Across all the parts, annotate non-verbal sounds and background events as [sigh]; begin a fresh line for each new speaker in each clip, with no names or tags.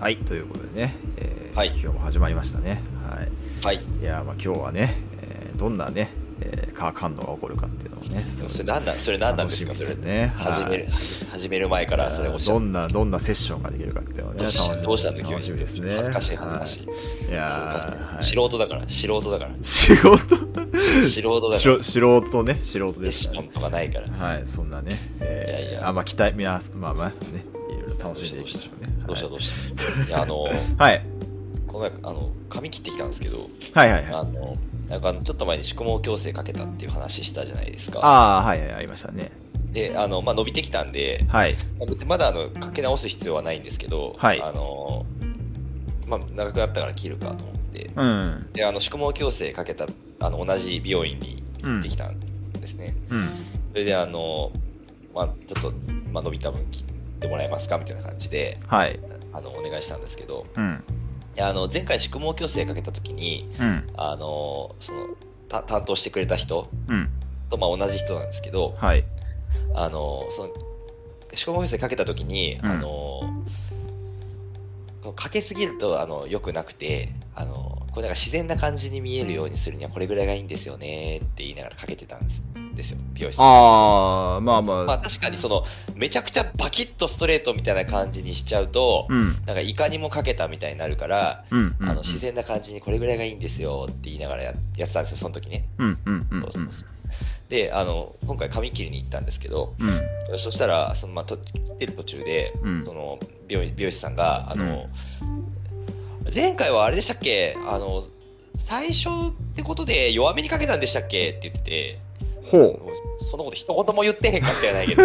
はい、ということでね、えー
はい
今日も始まりましたね。はい、
はい。
いやーまあ今日はね、えーどんなね、えー、カーカンドが起こるかっていうのをね、すごい
それなんだ、それなんなんですか、
楽し
そ
み
れ。
ですねはい
始める、始める前からそれおっしゃ
ど
って
んなどんなセッションができるかっていうのをね
どうしたどうしたんだ急に
楽しみですね
恥ずかしい恥ずかしい
い、い
恥ずかしい
やーはい
素人だから、素人
[laughs]
だから。
仕事
素人だ
し
から
ろ。素人ね素人
セッ
で
シ
すから
ョンとかないから。
はいそんなね、えー
いやいや
あまあ期待皆さんまあまあねいろいろ楽しんでいきましょうね
どうしたど
う
うした。いや、あの、
[laughs] はい
この前、あの、髪切ってきたんですけど、
はいはいはい
あの、なんかあのちょっと前に宿毛矯正かけたっていう話したじゃないですか。
ああはいはいありましたね
で、あの、まあ、伸びてきたんで、
はい
まあ別にまだあのかけ直す必要はないんですけど、
はい
あの、まあ、長くなったから切るかと思って、
うん
であの宿毛矯正かけたあの同じ美容院に行ってきたんですね、
うん
それであの、まあ、ちょっと、まあ、伸びた分切ってもらえますかみたいな感じで
はい
あのお願いしたんですけど
うん
いやあの前回宿毛矯正かけた時に
うん
あのそのた担当してくれた人
うん
と、まあ、同じ人なんですけど
はい
あのその宿毛矯正かけた時に、
うん
あのかけすぎるとあの良くなくてあのこれなんか自然な感じに見えるようにするにはこれぐらいがいいんですよねって言いながらかけてたんですですよ美容室
ああまあま
まあ
あ
確かにそのめちゃくちゃバキッとストレートみたいな感じにしちゃうと、
うん
なんかいかにもかけたみたいになるから、
うんうん
あの自然な感じにこれぐらいがいいんですよって言いながらややってたんですよその時ね、
うんうんうんうん
そうそうそうであの今回髪切りに行ったんですけど
うん
そしたらその、まあ、と来てる途中で、
うん
その美容美容師さんがあの、前回はあれでしたっけあの最初ってことで弱めにかけたんでしたっけって言ってて
ほ
そのこと一言も言ってへんかったやない
[laughs]
けど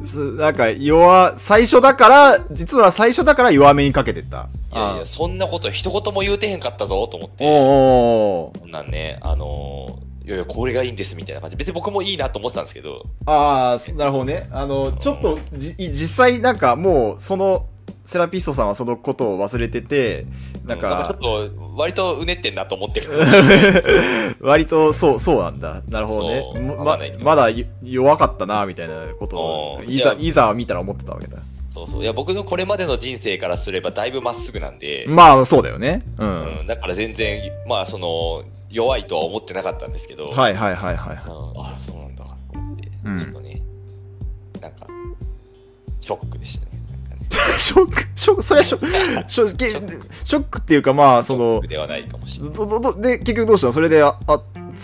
うすなんか弱最初だから実は最初だから弱めにかけてた
いやい
あ
や、そんなこと一言も言うてへんかったぞと思っ
ー
て、
おうおうおう
こんなんね、あのーいやいや、これがいいんですみたいな感じ、別に僕もいいなと思ってたんですけど、
ああ、なるほどね。あの、ちょっと、じ、実際なんかもう、その、セラピストさんはそのことを忘れてて、なん
う
か、
ちょっと、割とうねってんなと思ってる
[laughs] 割とそう、そうなんだ。なるほど
そう
ね。も
わか
ま
んないけど
まだよ弱かったな、みたいなことを
う、ん
い
い
ざ、
や
いざ見たら思ってたわけだ。
そうそう、いや、僕のこれまでの人生からすれば、だいぶまっすぐなんで、
まあ、そうだよね。う。
うんん、だから全然、まあ、その、弱いとは思ってなかったんですけど、
はいはいはいはい
うん。ああ、そうなんだと思って、
うん
ちょっとね、なんか、ショックでしたね。なんかね
ショック、ショック、それはショ
[laughs]
ック、ショック
ショッ
ショックっていうかまあ、そ
ショッ
の
ク、ではないかもしれない。
ど、ど、ど、で、結局どうしたのそれで、あ、あこ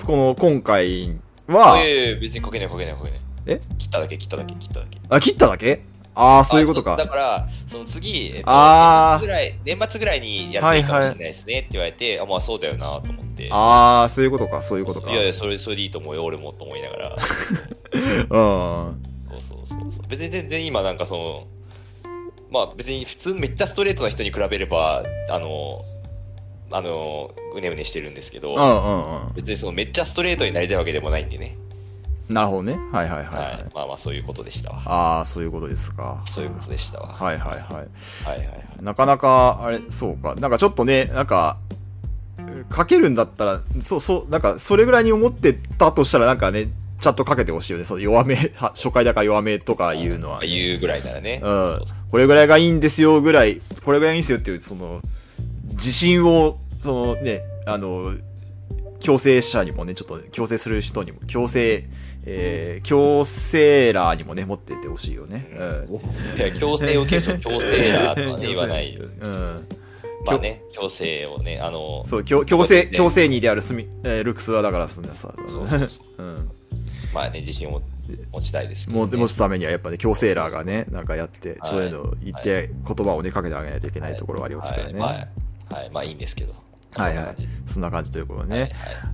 の、今回は、
いやいやいや別にかけないかけないかけない。
え
切っただけ切っただけ切っただけ。
あ、切っただけああ、そういうこと
あ
か
だ。から、その次、えっと
あー
年末ぐらい、年末ぐらいにやっていいかもしれないですねって言われて、あまあそうだよなと思って。
ああ、そういうことか、そういうことか。
いやいや、それ、それでいいと思うよ、俺もと思いながら。そ
うん。
うそうそうそう。別に全然今なんかその、まあ別に普通めっちゃストレートな人に比べれば、あの、あの、うねうねしてるんですけ
う
ど、
んうんう
別にそのめっちゃストレートになりたいわけでもないんでね。
ん。なるほどね。はいはいはい。
はい。
はい、
まあまあそういうことでしたわ。
ああ、そういうことですか。
そういうことでしたわ。
はいはいはい。
はいはいはい。
なかなか、あれ、そうか。なんかちょっとね、なんか、かけるんだったら、そうそう、なんか、それぐらいに思ってたとしたら、なんかね、ちゃんとかけてほしいよね。そう弱め、は初回だから弱めとか言うのは、
言うぐらいならね。
うん
そうそう
これぐらいがいいんですよぐらい、これぐらいがいいんですよっていう、その、自信を、そのね、あの、強制者にもね、ちょっと強制する人にも、強制、えー、強制ラーにもね、持ってってほしいよね。うん。
いや強制を受けると強制だとはね言
[laughs]
わない [laughs] よ。
うん。
まあね、強制をね、あの、
そう、強強制、
そうですね
強制にであるスミ、えールックスはだからそんなさ、
そうそうそう
[laughs] うん。
まあね、自信を持ちたいですけど、
も
ね。
持つためにはやっぱね、強制ラーがね、なんかやって、
はい
そういうのを言って、言葉をね、かけてあげないといけないところはありますからね。
はい、はいはいまあいいんですけど。
はい
そんな
は
感
い
じ。
そんな感じということで
はい
ね。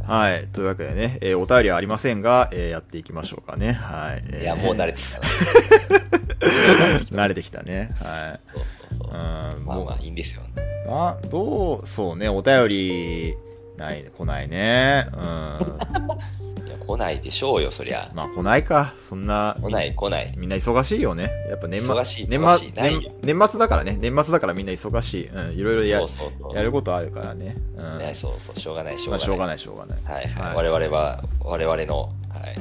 はい、というわけでね、えーお便りはありませんが、えーやっていきましょうかね。はい。えー
はいいや、もう慣れてきたな。そ
[laughs]
う
慣れてきたね。は
そうそう
い。うん、
まあ
も
まあいいんですよ。
う、あ、どう、そうね、お便り、ない、来ないね。うん。ま
いや、来ないでしょうよ、そりゃ。
あ、来ないか。そんな、
来ない、来ない。
み。みんな忙しいよね。やっぱ年末、
忙しい
年
忙し
末
いないよ
年年末だからね。年末だからみんな忙しい。うん、いろいろや
そうそうそう。
やることあるからね。うん。
いやそうそう、しょうがない、しょ
ま
うが
あ、
ない。
しょうがない、しょうがない。
はいはい。
はい
我々は、我々の、はい。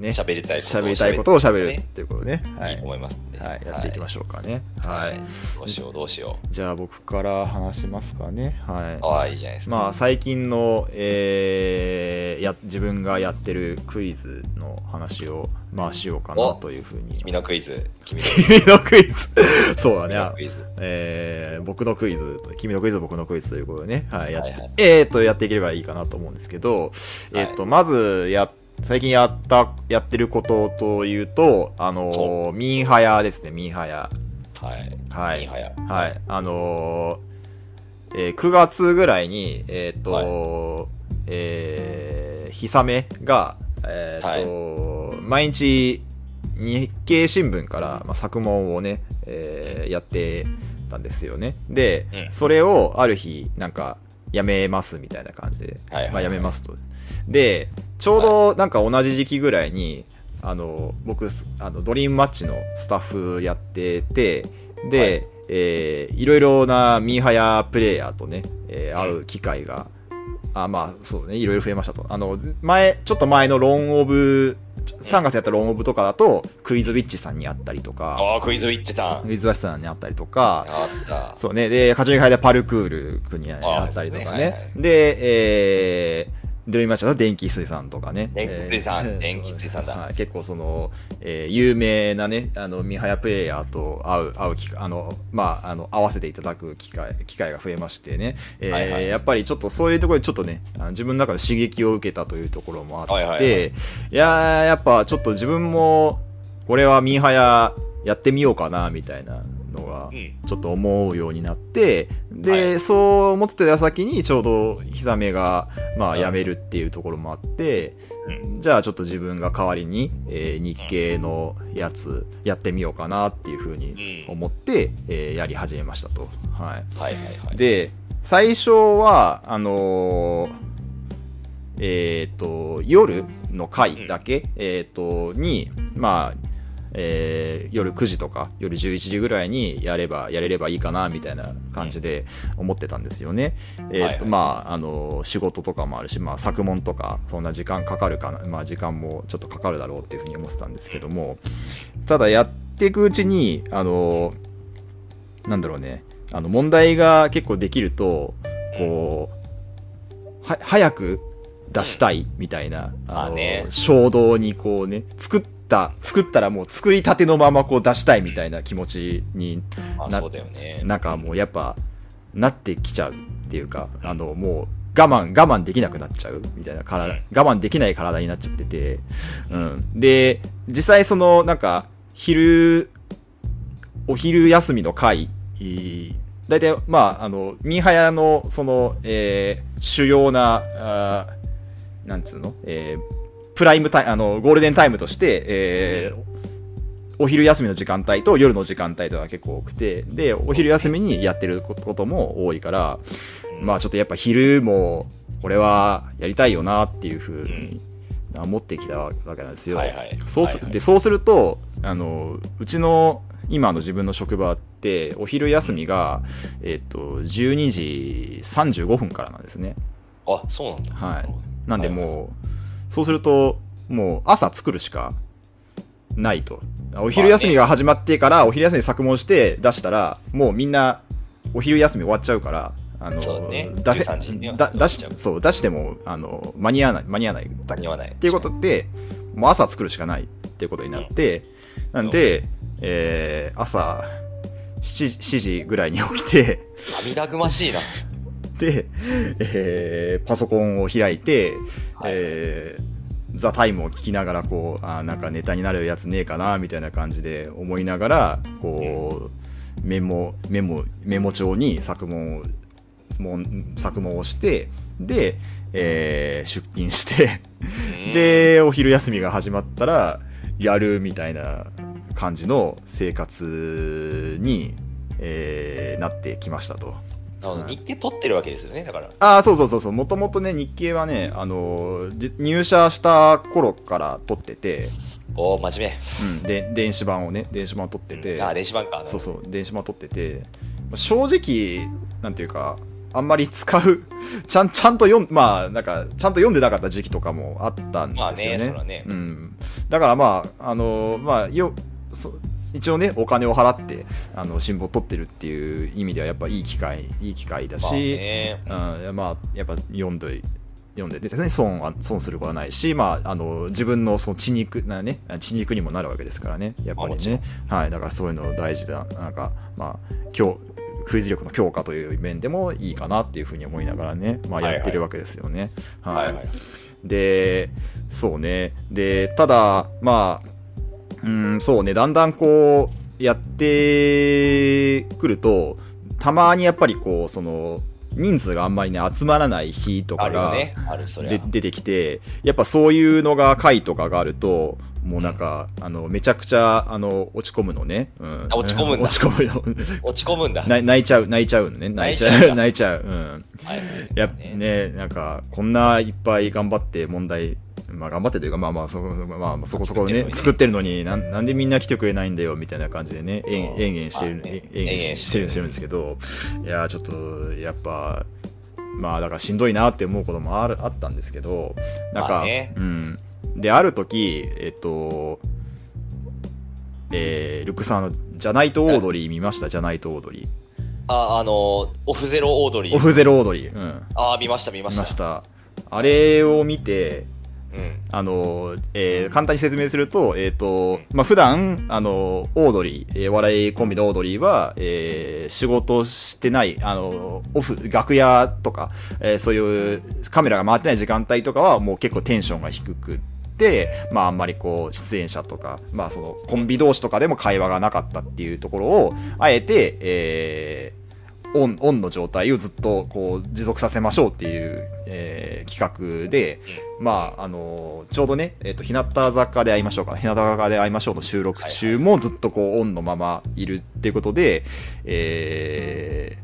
ね、
喋りたいことを
喋りたいことを喋るっていうことね。はい
い
い
と思いますんで、
はい、やっていきましょうかね。
は
はいい。
どうしようどうしよ
じゃあ僕から話しますかね。は
うああいいじゃないで
い。
すか、
まあ最近の、えーや自分がやってるクイズの話をまあしようかな
お
というふうに。
君のクイズ君の
君のクイズ [laughs] そう
君
だね
のク。イズ
えー僕のクイズ、君のクイズ、僕のクイズということでね、はい、やって、
はいはい
えーっと、やっていければいいかなと思うんですけど、えーっと、まず、や、最近やった、やってることというと、あのーミンハヤですね、ミンハヤ。
はい
はい
いはや
はい、あのーえー9月ぐらいに、えーっと、
はい
えー、ひさめが、えーっと、毎日、日経新聞から、まあ、作文をね、えーやってたんですよね。で、
うん
それをある日、なんか、やめますみたいな感じで、
はいはいはい
まあ、やめますと。で、ちょうどなんか同じ時期ぐらいに、あの僕あのドリームマッチのスタッフやっててで、
はい
いえーいろいろなミーハヤプレイヤーとね、えー会う機会が、あまあそうねいろいろ増えましたとあの前ちょっと前のロン・オブ3月やったロン・オブとかだとクイズウィッチさんに会ったりとか
ああクイズ行ってた
クイズワッチさんに会ったりとか
あった
そうね。で、カチュリハイでパルクール君にあったりとか
あーそう
ね。
ですねはいはい
で、えー、ドリームマッチだと電気水産とかね。
[laughs] 電気水産電気水産だ
はい、結構その、えー有名なね、あの、ミハヤプレイヤーと会う、会う機会、あの、まあ、あの、会わせていただく機会、機会が増えましてね。えー
はいはい
やっぱりちょっとそういうところでちょっとね、あの自分の中で刺激を受けたというところもあって、
はいいはいはい
やー、やっぱちょっと自分も、これはミーハヤやってみようかな、みたいなのが、
うん
ちょっと思うようになってで、
は
そう思ってた矢先にちょうどひざめがまあ
うん
辞めるっていうところもあって、
うん
じゃあちょっと自分が代わりに、えー日経のやつやってみようかなっていうふうに
うん
思って、えーやり始めましたと。はい、
はいはいはい
で最初はあのーえっ、と夜の回だけ、えっ、とにまあえー夜9時とか夜11時ぐらいにやればやれればいいかなみたいな感じで思ってたんですよね。えーと
はいはい
まああの仕事とかもあるし、まあ、作文とかそんな時間かかるかな、まあ、時間もちょっとかかるだろうっていうふうに思ってたんですけどもただやっていくうちにあのなんだろうねあの問題が結構できるとこうは早く出したいみたいな、
まあね
衝動にこうね作った作ったらもう作りたてのままこう出したいみたいな気持ちに
まあ
な
そうだよね
なんかもうやっぱなってきちゃうっていうかあのもう我慢我慢できなくなっちゃうみたいな体、
うん
我慢できない体になっちゃってて、うん、で実際そのなんか昼お昼休みの会大体まああのミーハヤのその、えー主要なあーなんつうの、えープライムタイムあのゴールデンタイムとして、えーお昼休みの時間帯と夜の時間帯とか結構多くてでお昼休みにやってることも多いから
うん
まあちょっとやっぱ昼もこれはやりたいよなっていうふうに思ってきたわけなんですよ。
はいはい
そうす
はいはい
でそうするとあのうちの今の自分の職場ってお昼休みが、えっと12時35分からなんですね。
あそうなんだ
はい、なんでもう、
はい
そうするともう朝作るしかないとお昼休みが始まってからお昼休み作文して出したらもうみんなお昼休み終わっちゃうからあの
そうね
出せ
13時には
だ出し
終わっちゃう
そう出してもあの間に合わない間に合わないだ
間に合わない
っていうことでもう朝作るしかないっていうことになって、なんで、えー朝 7, 7時ぐらいに起きて
涙ぐましいな
で、えーパソコンを開いて、
はい
えーザ・タイムを聞きながらこうあーなんかネタになるやつねえかなみたいな感じで思いながらこうメモメモメモ帳に作文をもん作文をしてで、えー出勤して
うん
でお昼休みが始まったらやるみたいな感じの生活に、えーなってきましたと。
あの日程取ってるわけですよねだから
ああ、そうそうそうそう。もともとね、日経はね、あのーじ入社した頃から撮ってて、
おお真面
うん、で、電子版をね、電子版を撮って
目
て、
うんあ電子版か
そうそう、電子版を撮ってて、まあ正直、なんていうか、あんまり使う、 [laughs] ちゃん、ちゃんと読ん、まあ、なんか、ちゃんと読んでなかった時期とかもあったんですよね。
まあねそらね
うん。だからまあ、あの、まあ、よ、そ一応ね、お金を払って、あの、辛抱取ってるっていう意味では、やっぱいい機会、いい機会だし、
まあね
うんいや、まあ、やっぱ読んで、読んでですね、損は、損することはないし、まあ、あの、自分のその血肉なね、血肉にもなるわけですからね、やっぱ
まあも
り
ちろ
ね。はい、だからそういうの大事だ、なんか、まあ、今日、クイズ力の強化という面でもいいかなっていうふうに思いながらね、まあ、やってるわけですよね。
はいはい。
で、そうね。で、ただ、まあ、うん、そうね、だんだんこう、やってくると、たまにやっぱりこう、その、人数があんまりね、集まらない日と
あ
か
るよ
が、
ね。ある、それ
で出てきて、やっぱそういうのが回とかがあると、もうなんか、あの、めちゃくちゃ、あの、落ち込むのね。うん、
あ落ち込むんだ
[laughs] 落ち込むよ。
落ち込むんだ。
泣泣いちゃう、泣いちゃうのね。泣いち
泣いちゃ
ゃ
うんだ
う、 [laughs] 泣いちゃう。うん。
はいはい
やっぱね、なんか、こんないっぱい頑張って問題、まあ頑張ってというか、まあまあそこ、まあまあ、そこそこね、
作
作
っ
ってるのになん、なんでみんな来てくれないんだよ、みたいな感じでね、えん
うん
えんげんしてる
まあね、
えんえん
えんえ
げ
ん
ん
し
してて
る
るしてるんですけど、いやー、ちょっと、やっぱ、まあだからしんどいなって思うこともあるあったんですけど、なんか、
まあね
うん。で、ある時、えっと、えー、ルックさんあの、じゃないとオードリー見ました、じゃないとオードリ
あ、あの、オフゼロオードリ
ー。オ
ー。
フゼロオードリー。うん。
ああ、見ました、見ま
見
した。
ました。あれを見て、
うん。
あの、えー簡単に説明すると、えっ、と、まあ、普段、あの、オードリー、えーお笑いコンビのオードリーは、えー仕事してない、あの、オフ、楽屋とか、えーそういうカメラが回ってない時間帯とかは、もう結構テンションが低くって、まあ、あんまりこう、出演者とか、まあ、その、コンビ同士とかでも会話がなかったっていうところを、あえて、えーオンオンの状態をずっとこう持続させましょうっていう、えー企画で、まあ、あのーちょうどね、えっ、と、日向坂で会いましょうか、日向坂で会いましょうの収録中もずっとこう、オンのままいるっていうことで、え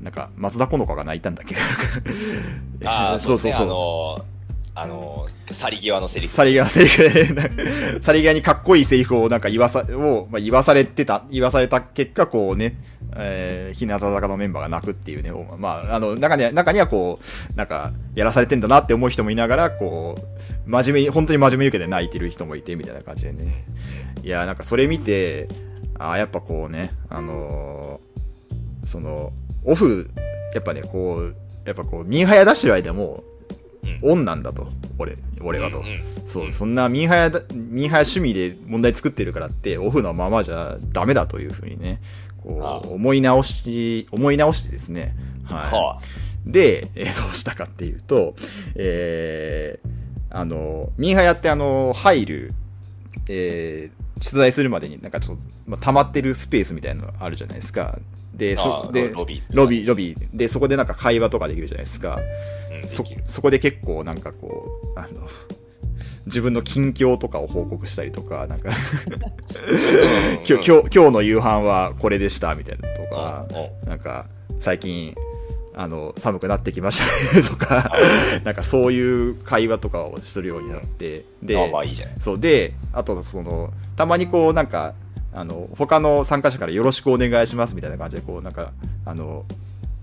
ー、なんか、松田好花が泣いたんだっけ
ああ、そうそ
[laughs]
う
そ
そう
う。
あの、あの、去り際のセリフ。
さりがセリフで、 [laughs] さりがにかっこいいセリフをなんか言わさ、を、まあ、言わされてた、言わされた結果、こうね、えー、日向坂のメンバーが泣くっていうね、おまあ、あの、中には、中にはこう、なんか、やらされてんだなって思う人もいながら、こう、真面目に、本当に真面目に受けて泣いてる人もいて、みたいな感じでね。いやー、なんかそれ見て、あーやっぱこうね、あのーその、オフ、やっぱね、こう、やっぱこう、ミンハヤ出してる間も、
うん
オンなんだと、俺、俺はと。
うんうん
そう、そんなミンハヤだ、ミンハヤ趣味で問題作ってるからって、オフのままじゃダメだというふうにね、
あ
こ
あ
う、思い直し、思い直してですね、
は
は
あ
い。で、えーどうしたかっていうと、えーあの、ミンハヤってあの、入る、えー出題するまでになんかちょっと、まあ、溜まってるスペースみたいなのあるじゃないですか。で、
あ
そ
あ、
で、
ロビー
ロビー、ロビー。で、そこでなんか会話とかできるじゃないですか。
うんで
そ
きる
そこで結構なんかこうあの自分の近況とかを報告したりとかなんか [laughs] [laughs] 今日今日今日の夕飯はこれでしたみたいなとか
うんうん
なんか最近あの寒くなってきましたねと
[laughs]
かなんかそういう会話とかをするようになってで
ああまあいいじゃない。
そうであとそのたまにこうなんかあの他の参加者からよろしくお願いしますみたいな感じでこうなんかあの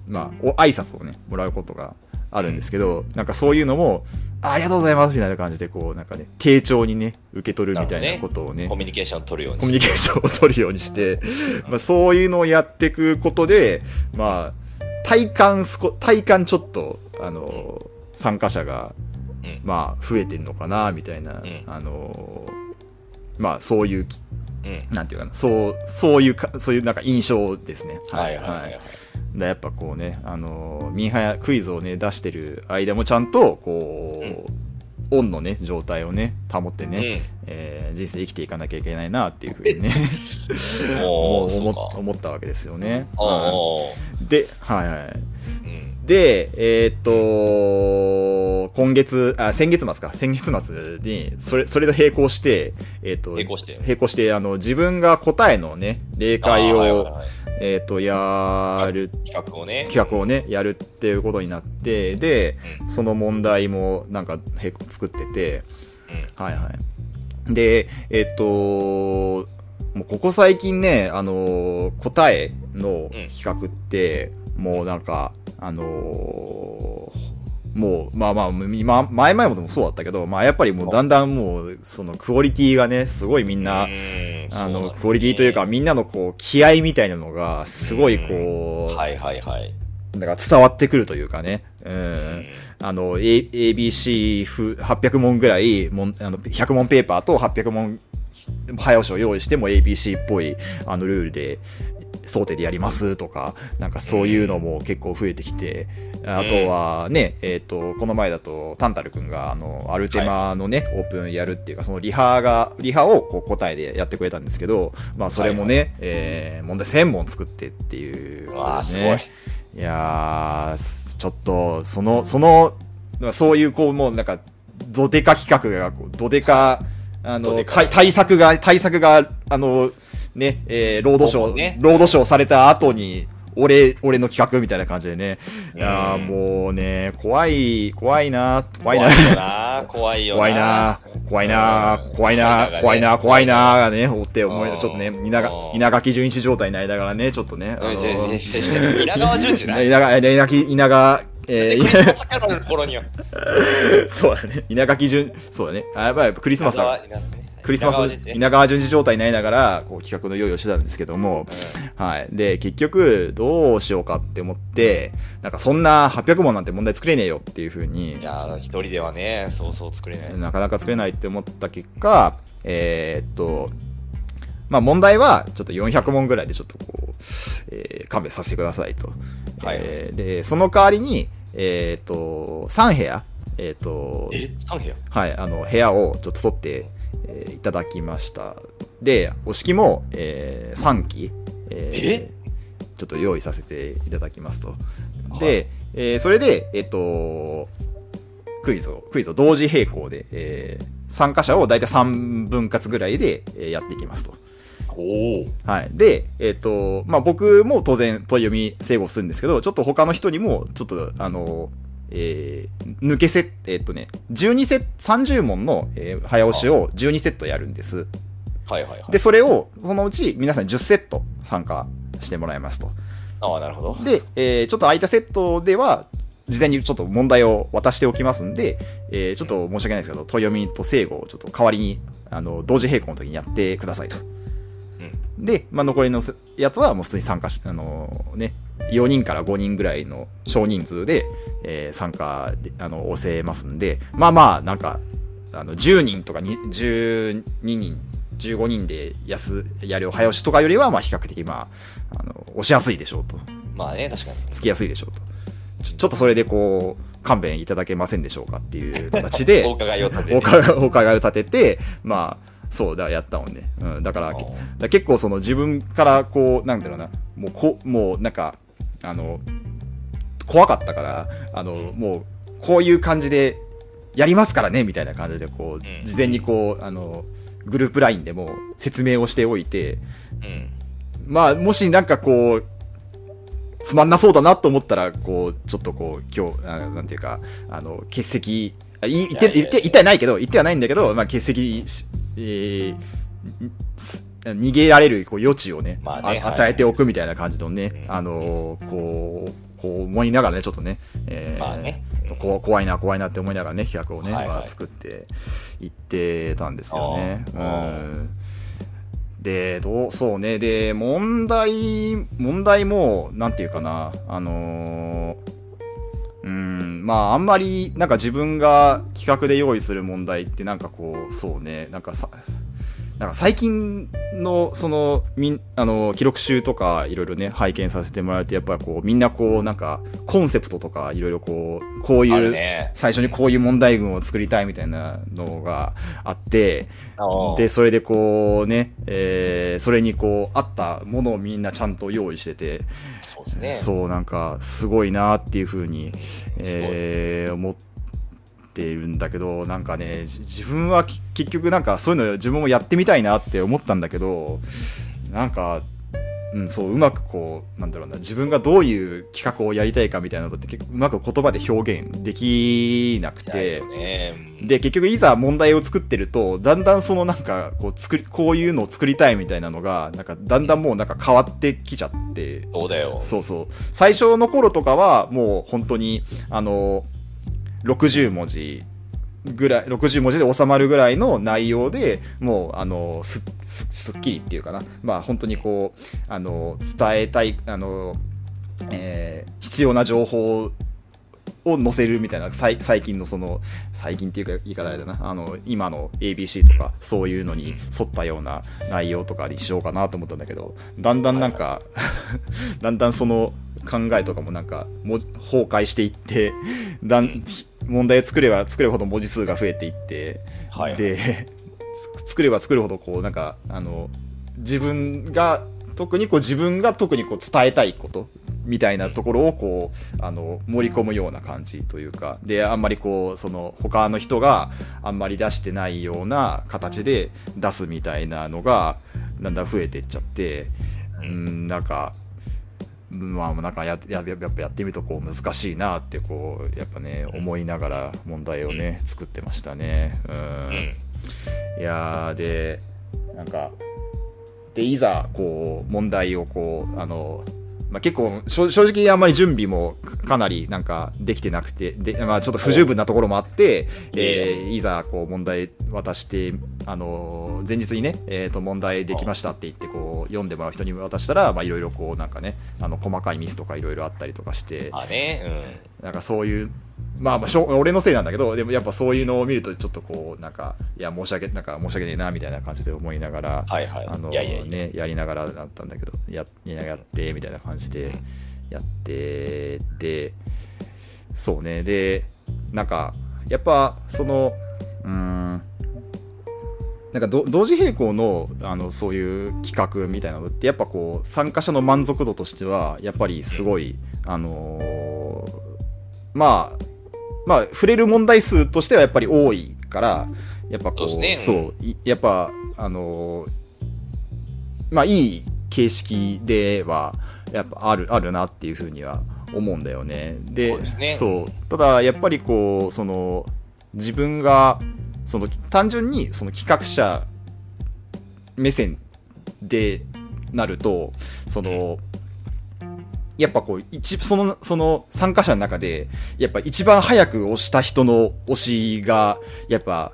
まあお挨拶をねもらうことがあるんですけど、なんかそういうのもあありがとうございますみたいな感じでこうなんかね丁重にね受け取るみたいなことをね
コミュニケーションを取るように
コミュニケーションを取るようにして、まあ、そういうのをやっていくことで、まあ、体感すこ、体感ちょっと、あの、参加者が、
うん
まあ、増えてんのかな、みたいな、
ん
あの、まあ、そういう、
うん
なんていうかな、そう、そういうか、そういうなんか印象ですね。
はいはいはいはい。
だやっぱこうね、あのミンハヤクイズをね、出してる間もちゃんと、こう、オンのね、状態をね、保ってね、えー人生生きていかなきゃいけないなっていうふうにね
うん。
も
お
う
[laughs] お、そ
思
う
っ
か。
思ったわけですよね。
お
は
お。
いで、はいはい。
うん。
で、えーっと、今月、あ、先月末か、先月末に、それ、それと並行して、えーっと、
並行して
並行して、あの、自分が答えのね、例会
あーはいはい
を、
はい
えーっと、やる
企画をね。
企画をねやるっていうことになってでその問題もなんかへ作ってて、はいはいでえっともうここ最近ねあのー答えの企画って、もうなんかあのーもう、まあまあ、今、前々もでもそうだったけど、まあやっぱりもうだんだんもう、そのクオリティがね、すごいみんな、
うん
あ
そう
の、
だね
クオリティというか、みんなのこう、気合みたいなのが、すごいこう、
はいはいはい。
なんか伝わってくるというかね、うん、
うん
あの、A、ABC 風800問ぐらいもんあの、100問ペーパーと800問早押しを用意しても ABC っぽいあのルールで、想定でやりますとか、なんかそういうのも結構増えてきて、あとはね、えっ、と、この前だと、タンタル君が、あの、アルテマのね、オープンやるっていうか、そのリハが、リハをこう答えでやってくれたんですけど、まあそれもね、えー問題1000問作ってっていうことで、ね。
わあ、すごい。
いやーすちょっとそのそのそういうこうもうなんかどでか企画がこうどでかあ
ど
の
でか
か対策が対策があのねえー、ロードショー、
ね
ロードショーされた後に俺俺の企画みたいな感じでねいやー
うん
もうね怖い怖いな怖いな
怖いよな。怖いよな。
怖いな怖いな
うん
怖いな怖いな怖いながね追って思いちょっとね
うん
稲
うん
稲垣純一状態になりながらねちょっとねあのー
稲川淳二な。
稲垣、稲垣、稲垣、え
クリスマスキャロルの頃には。
ー、 [laughs] そうだね。稲垣順、そうだね。あやっぱりクリスマスは、クリスマス、
稲
稲川淳二状態になりながら、こう企画の用意をしてたんですけども、はい。で、結局、どうしようかって思って、なんかそんな800問なんて問題作れねえよっていうふうに
い、やー、一人ではね、そうそう作れない。
なかなか作れないって思った結果、えーっと、まあ問題はちょっと400問ぐらいでちょっとこう、えー勘弁させてくださいと。
はい
えーで、その代わりに、えーっと、3部屋、えーっと、
え、3部屋
はい、あの、部屋をちょっと取って、えーいただきました。で、お式も、え3期、えーちょっと用意させていただきますと。で、
はい
えーそれで、えっ、と、クイズを、クイズを同時並行で、えー参加者を大体3分割ぐらいで、えーやっていきますと。
おお。
はい。で、えっ、と、まあ、僕も当然問い読み整合するんですけど、ちょっと他の人にも、ちょっと、あの、えー抜けセット、えっ、とね、12セット、30問の、えー早押しを12セットやるんです。
はいはいはい。
で、それを、そのうち皆さん10セット参加してもらいますと。
ああ、なるほど。
で、えーちょっと空いたセットでは、事前にちょっと問題を渡しておきますんで、えーちょっと申し訳ないですけど、問い読みと正語をちょっと代わりに、あの、同時並行の時にやってくださいと。
うん
で、まあ、残りのせやつはもう普通に参加し、あのーね、4人から5人ぐらいの少人数で、えー参加で、あの、押せますんで、まあまあ、なんか、あの、10人とかに12人、15人でやす、やる早押しとかよりは、まあ、比較的、まあ、あの、押しやすいでしょうと。
まあね、確かに。
つきやすいでしょうと。ちょちょっとそれでこう、勘弁いただけませんでしょうかっていう形で、
[laughs] お伺いを立てて
お伺いお伺いを立てて、まあ、そうだ、やったもんね。うん、だから、け
あー
だから結構その自分からこう、なんだろうな、もうこ、もうなんか、あの、怖かったから、あの、もう、こういう感じで、やりますからね、みたいな感じで、こ
うん
う、事前にこう、あの、グループラインでも説明をしておいて、
うん。
まあ、もしなんかこう、つまんなそうだなと思ったら、こう、ちょっとこう、今日、あのなんていうか、あの、欠席、あい言って、
いや
言
いや
っ
いや
て、言ってはないけど、言ってはないんだけど、まあ、欠席し、えーんす逃げられるこう余地をね,、
まあねはい
与えておくみたいな感じのね、
うん
あのーこう、こう思いながらね、ちょっとね、えー
まあね
こう怖いな、怖いなって思いながらね、企画をね、
はいはい
まあ作っていってたんですよね。
あ
う
ー
んで、どう、そうね。で、問題、問題も、なんていうかな、あのーうん、まあ、あんまり、なんか自分が企画で用意する問題って、なんかこう、そうね、なんかさ、なんか最近の、その、みん、あの、記録集とか、いろいろね、拝見させてもらうと、やっぱこう、みんなこう、なんか、コンセプトとか、いろいろこう、こう
あ
い
る
う、
ね。
最初にこういう問題群を作りたいみたいなのがあって、
ああ
で、それでこうね、えーそれにこう、あったものをみんなちゃんと用意してて、
そうですね。
そう、なんか、すごいなっていうふうに、
すごい
えー思っているんだけど、なんかね、じ自分はき結局なんかそういうの自分もやってみたいなって思ったんだけど、なんか、うん、そううまくこうなんだろうな自分がどういう企画をやりたいかみたいなのって結構うまく言葉で表現できなく
ない
て
よねうん
で結局いざ問題を作ってるとだんだんそのなんかこう作りこういうのを作りたいみたいなのがなんかだんだんもうなんか変わってきちゃって
そうだよ。
そうそう最初の頃とかはもう本当にあの60文字ぐらい60文字で収まるぐらいの内容でもうあのすすすっきりっていうかなまあ本当にこうあの伝えたいあの、えー必要な情報を載せるみたいな最最近のその最近っていうか言い方あれだなあの今の ABC とかそういうのに沿ったような内容とかにしようかなと思ったんだけどだんだんなんか [laughs] だんだんその考えとかもなんかもう崩壊していってだん問題を作れば作ればほど文字数が増えていって
はい。
で作れば作るほどこうなんかあの自分が特にこう自分が特にこう伝えたいことみたいなところをこうあの盛り込むような感じというかであんまりこうその他の人があんまり出してないような形で出すみたいなのがだんだん増えていっちゃってう
うん
んなんかまあ、なんかやややっぱやってみるとこう難しいなってこうやっぱね思いながら問題をね作ってましたね。う
うんん。
いやーでなんかでいざこう問題をこうあの、まあ、結構正正直あんまり準備もかかなりなんかできてなくてで、まあ、ちょっと不十分なところもあって、えーいざこう問題渡してあの前日にね、えー、と問題できましたって言ってこう読んでもらう人に渡したらまあいろいろこうなんかねあの細かいミスとかいろいろあったりとかして
あね、
なんかそういう、まあまあしょう、俺のせいなんだけど、でもやっぱそういうのを見ると、ちょっとこう、なんか、いや、申し訳、なんか申し訳ねえな、みたいな感じで思いながら、
はいはい
あの
いやいやいや
ね、やりながらだったんだけど、やややって、みたいな感じ
う
で
ん、
やって、で、そうね、で、なんか、やっぱ、その、うーん、なんかど同時並行のあのそういう企画みたいなのってやっぱこう参加者の満足度としてはやっぱりすごい、あのーまあまあ触れる問題数としてはやっぱり多いからやっぱこう
そうですね
そういやっぱあのーまあいい形式ではやっぱあるあるなっていうふうには思うんだよね。で
そうですね
そうただやっぱりこうその自分がその単純にその企画者目線でなるとその、やっぱこう一そのその参加者の中でやっぱ一番早く押した人の押しがやっぱ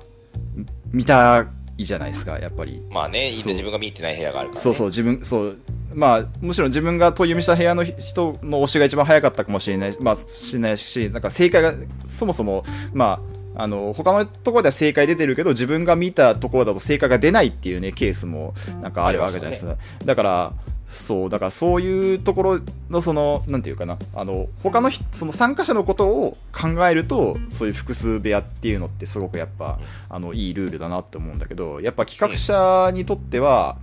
見たいじゃないですかやっぱり。
うん。まあね、いい
そう
自分が見えてない部屋があるからね。
そうそう自分そうまあむしろ自分が問い読みした部屋の人の推しが一番早かったかもしれないしまあしないしなんか正解がそもそもまああの他のところでは正解出てるけど自分が見たところだと正解が出ないっていうねケースもなんかあるわけじゃないですか、だからそうだからそういうところのそのなんていうかなあの他のひその参加者のことを考えるとそういう複数部屋っていうのってすごくやっぱあのいいルールだなって思うんだけどやっぱ企画者にとっては、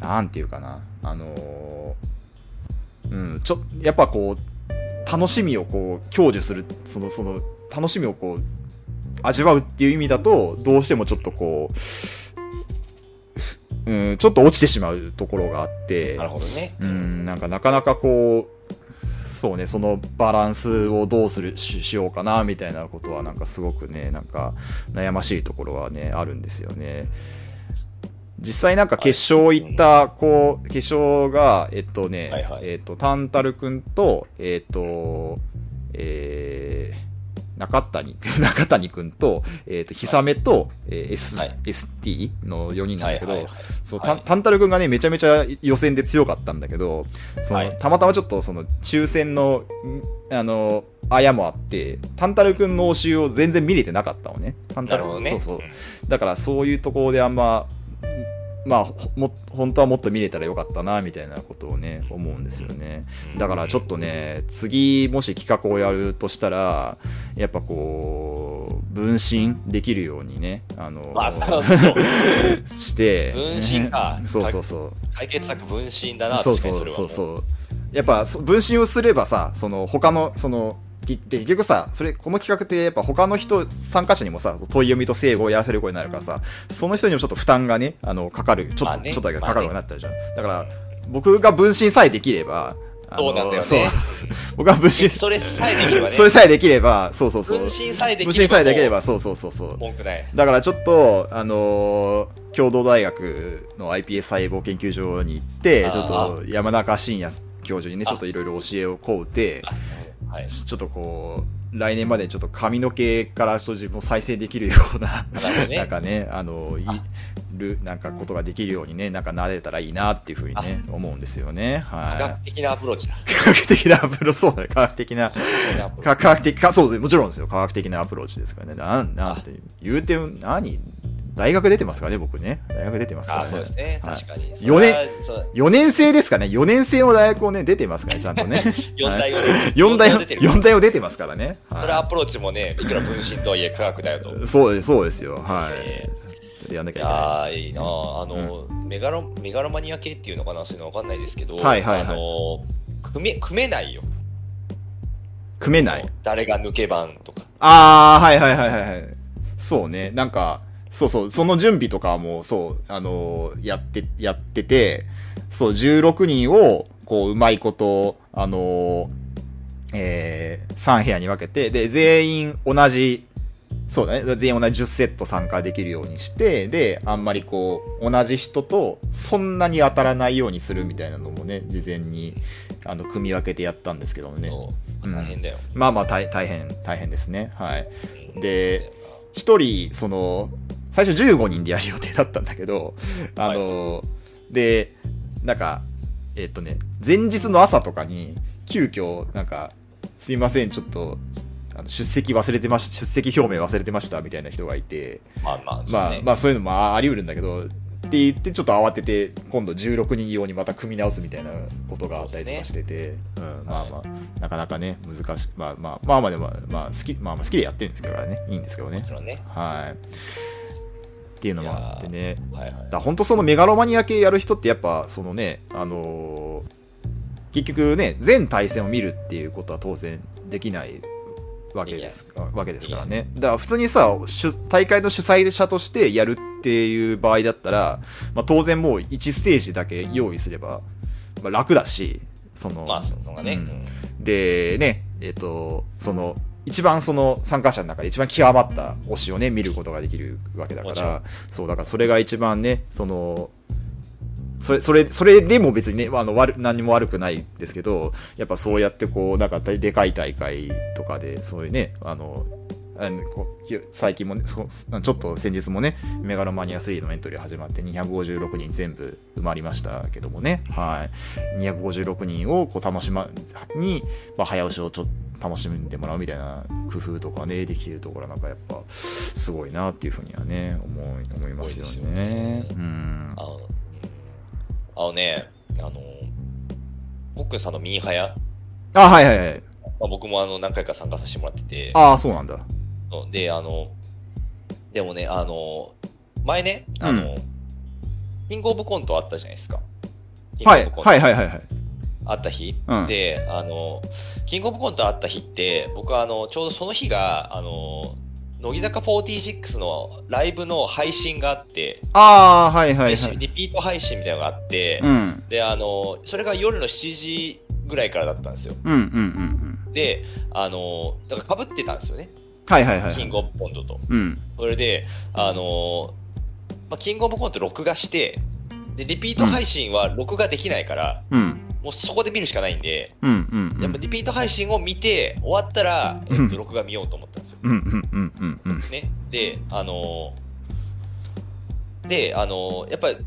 なんていうかな、あのーうん、ちょやっぱこう、楽しみをこう享受する、その、その、楽しみをこう、味わうっていう意味だと、どうしてもちょっとこう、うん、ちょっと落ちてしまうところがあって、
なるほどね。
うん、なんかなかなかこう、そうね、そのバランスをどうするししようかなみたいなことは、なんかすごくね、なんか悩ましいところはね、あるんですよね。実際なんか決勝行った、こう、決勝が、えっとね、
はいはい
えっと、タンタルくんと、えっと、えー、中谷、 [laughs] 中谷くんと、えっと、ひさめと、えー S、
はい
ST の4人なんだけど、
はいはいはい
そう
は
タ
い
ンタンタル君がねめちゃめちゃ予選で強かったんだけどその、
はい
たまたまちょっとその抽選のんあのあやもあってタンタル君の応酬を全然見れてなかったのねタンタ
な
ル
るほどね。
そうそう
うん
だからそういうところであんままあほも本当はもっと見れたらよかったなみたいなことをね思うんですよねだからちょっとね次もし企画をやるとしたらやっぱこう分身できるようにねあの、
まあ、
[laughs]
そう
して
分身か
そうそうそう
解決策分身だな、
そう
確か
そ
に
う
れは
そう
も
そうやっぱそ分身をすればさその他のそのきで結局さそれこの企画ってやっぱ他の人参加者にもさ問い読みと正語をやらせることになるからさその人にもちょっと負担がねあのかかるちょっと、
まあね
ちょっとだけかかるようになったじゃん、だから僕が分身さえできれば、あの
そうなんだよね
そう僕が分身、
それさえできればね。
それさえできれば、そうそうそう。
分身さえできれば。
分身さえできれば、そうそうそうそう。
文句ない。
だからちょっと、あのー共同大学の iPS 細胞研究所に行って、
あー
ちょっと山中伸也教授にね、
あ
ちょっといろいろ教えをこうて、
はい。
ちょっとこう、来年までちょっと髪の毛からちょっと自分を再生できるような、
なるほどね
なんかね、あの、い
あ
る、なんかことができるようにね、なんかなれたらいいなっていうふうにね、思うんですよね。
科
は
学的なアプローチだ。
い。科学的なアプローチ、そうだね、科学的な。科科学的か、そうですもちろんですよ。科学的なアプローチですからね。なん、なんて、言うて、何大学出てますからね、僕ね。大学出てますから
あ、
ね。
そうですね。確かに。
4年
そう
4年生ですかね。4年生の大学をね、出てますからね、ちゃんとね。
[laughs] 四大を
はい
出てる
四大
四大を出てる
四大を出てますからね。はい
それはアプローチもね、いくら分身とはいえ科学だよと。
そうです、そうですよ。はい。
え
やんなき
い
ゃいけない。
やーいいなああの、メガロメガロマニア系っていうのかなそういうのわかんないですけど、
はいはいはい
あの組め組めないよ
組めない。
誰が抜け番とか
ああ、はいはいはいはいはい。そうね。なんか、そうそう、その準備とかも、そう、あのーやって、やってて、そう、16人を、こう、うまいこと、あのーえー、3部屋に分けて、で、全員同じ、そうだね、全員同じ10セット参加できるようにして、で、あんまりこう、同じ人と、そんなに当たらないようにするみたいなのもね、事前に、あの、組み分けてやったんですけどもね。
そう
うん
大変だよ、
まあまあ大大変、大変ですね。はい。
うん
で一人、その、最初15人でやる予定だったんだけど、あの、で、なんか、えっとね、前日の朝とかに、急遽、なんか、すいません、ちょっと、あの出席忘れてました、出席表明忘れてました、みたいな人がいて、
まあまあ、
まあ、
そうね
まあそういうのもあり得るんだけど、って言って、ちょっと慌てて、今度16人用にまた組み直すみたいなことがあったりとかしてて、うん、まあまあ、なかなかね、難しく、まあまあ、まあまあでも、まあ好き、まあまあ好きでやってるんですからね、いいんですけどね
もち。ろんね
はい。っていうのもあってね。
はいはい
だから本当そのメガロマニア系やる人ってやっぱそのね、あのー結局ね、全対戦を見るっていうことは当然できないわけですかわけですからね。だから普通にさ、主大会の主催者としてやるっていう場合だったら、まあ、当然もう1ステージだけ用意すれば、まあ、楽だし、その、
まあそのがね、
うん
うん
でねえっ、とその一番その参加者の中で一番極まった推しをね見ることができるわけだか
もちろ
ら
ん
そうだからそれが一番ねそのそれそれそれでも別にねあの悪何も悪くないですけどやっぱそうやってこうなんかででかい大会とかでそういうねあのあのこう最近もねそ [laughs] ちょっと先日もねメガロマニア3のエントリー始まって256人全部埋まりましたけどもね、はい、256人をこう楽しまに、まあ、早押しをちょっと楽しんでもらうみたいな工夫とかねできてるところはなんかやっぱすごいなっていうふうにはね思い思いますよ
すごい
ね
です。よね
うん
あのうんあのねあの僕さんのミニハヤ、
あはいはいはい。
まあ、僕もあの何回か参加させてもらってて
ああそうなんだ。
であのでもねあの前ねあの、キングオブコントあったじゃないですかキング
は
オ
い
ブコント
はいはいはいはい。
あった日、
うん
であのキングオブコントあった日って僕はあのちょうどその日があの乃木坂46のライブの配信があって、
ああはいはい
で
はい。
リピート配信みたいなのがあって、
うん
であのそれが夜の7時ぐらいからだったんですよ
うんうんうんうん。
であのだからかぶってたんですよね、
はいはいはい。
キングオブコントと
うん。
それであの、まあ、キングオブコント録画してでリピート配信は録画できないから、
うん
もうそこで見るしかないんで、
うんうん。
やっぱリピート配信を見て、終わったら、え
うん
っと、録画見ようと思ったんですよ。
うんうんうんうんうん。
ね。で、あのーで、あのーやっぱり、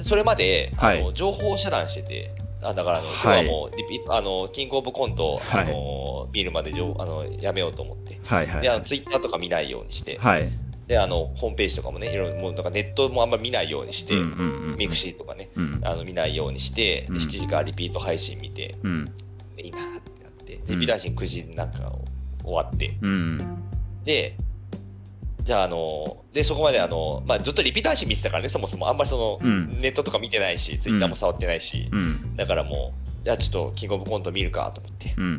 それまで、あの
はい
情報を遮断してて、あだからあの、今日
はい
はもうリピート、あの、キングオブコントを、
はい
あのー見るまで情あのやめようと思って。
はいは
で、あの
い。
ツイッターとか見ないようにして、
はい。
で、あの、ホームページとかもね、いろいろ、もうなんかネットもあんま見ないようにして、
うんうんうん。
ミクシーとかね、
うん
あの見ないようにして、で
うん
7時からリピート配信見て、
うん
いいなーってなって、で、ビラシン9時なんかを終わって、
うん。
で、じゃあ、あの、で、そこまで、あの、まあ、ずっとリピーターシン見てたからね、そもそも、あんまりその、
うん
ネットとか見てないし、ツイッターも触ってないし、
うん
だからもう、じゃあちょっと、キングオブコント見るかと思って、
うん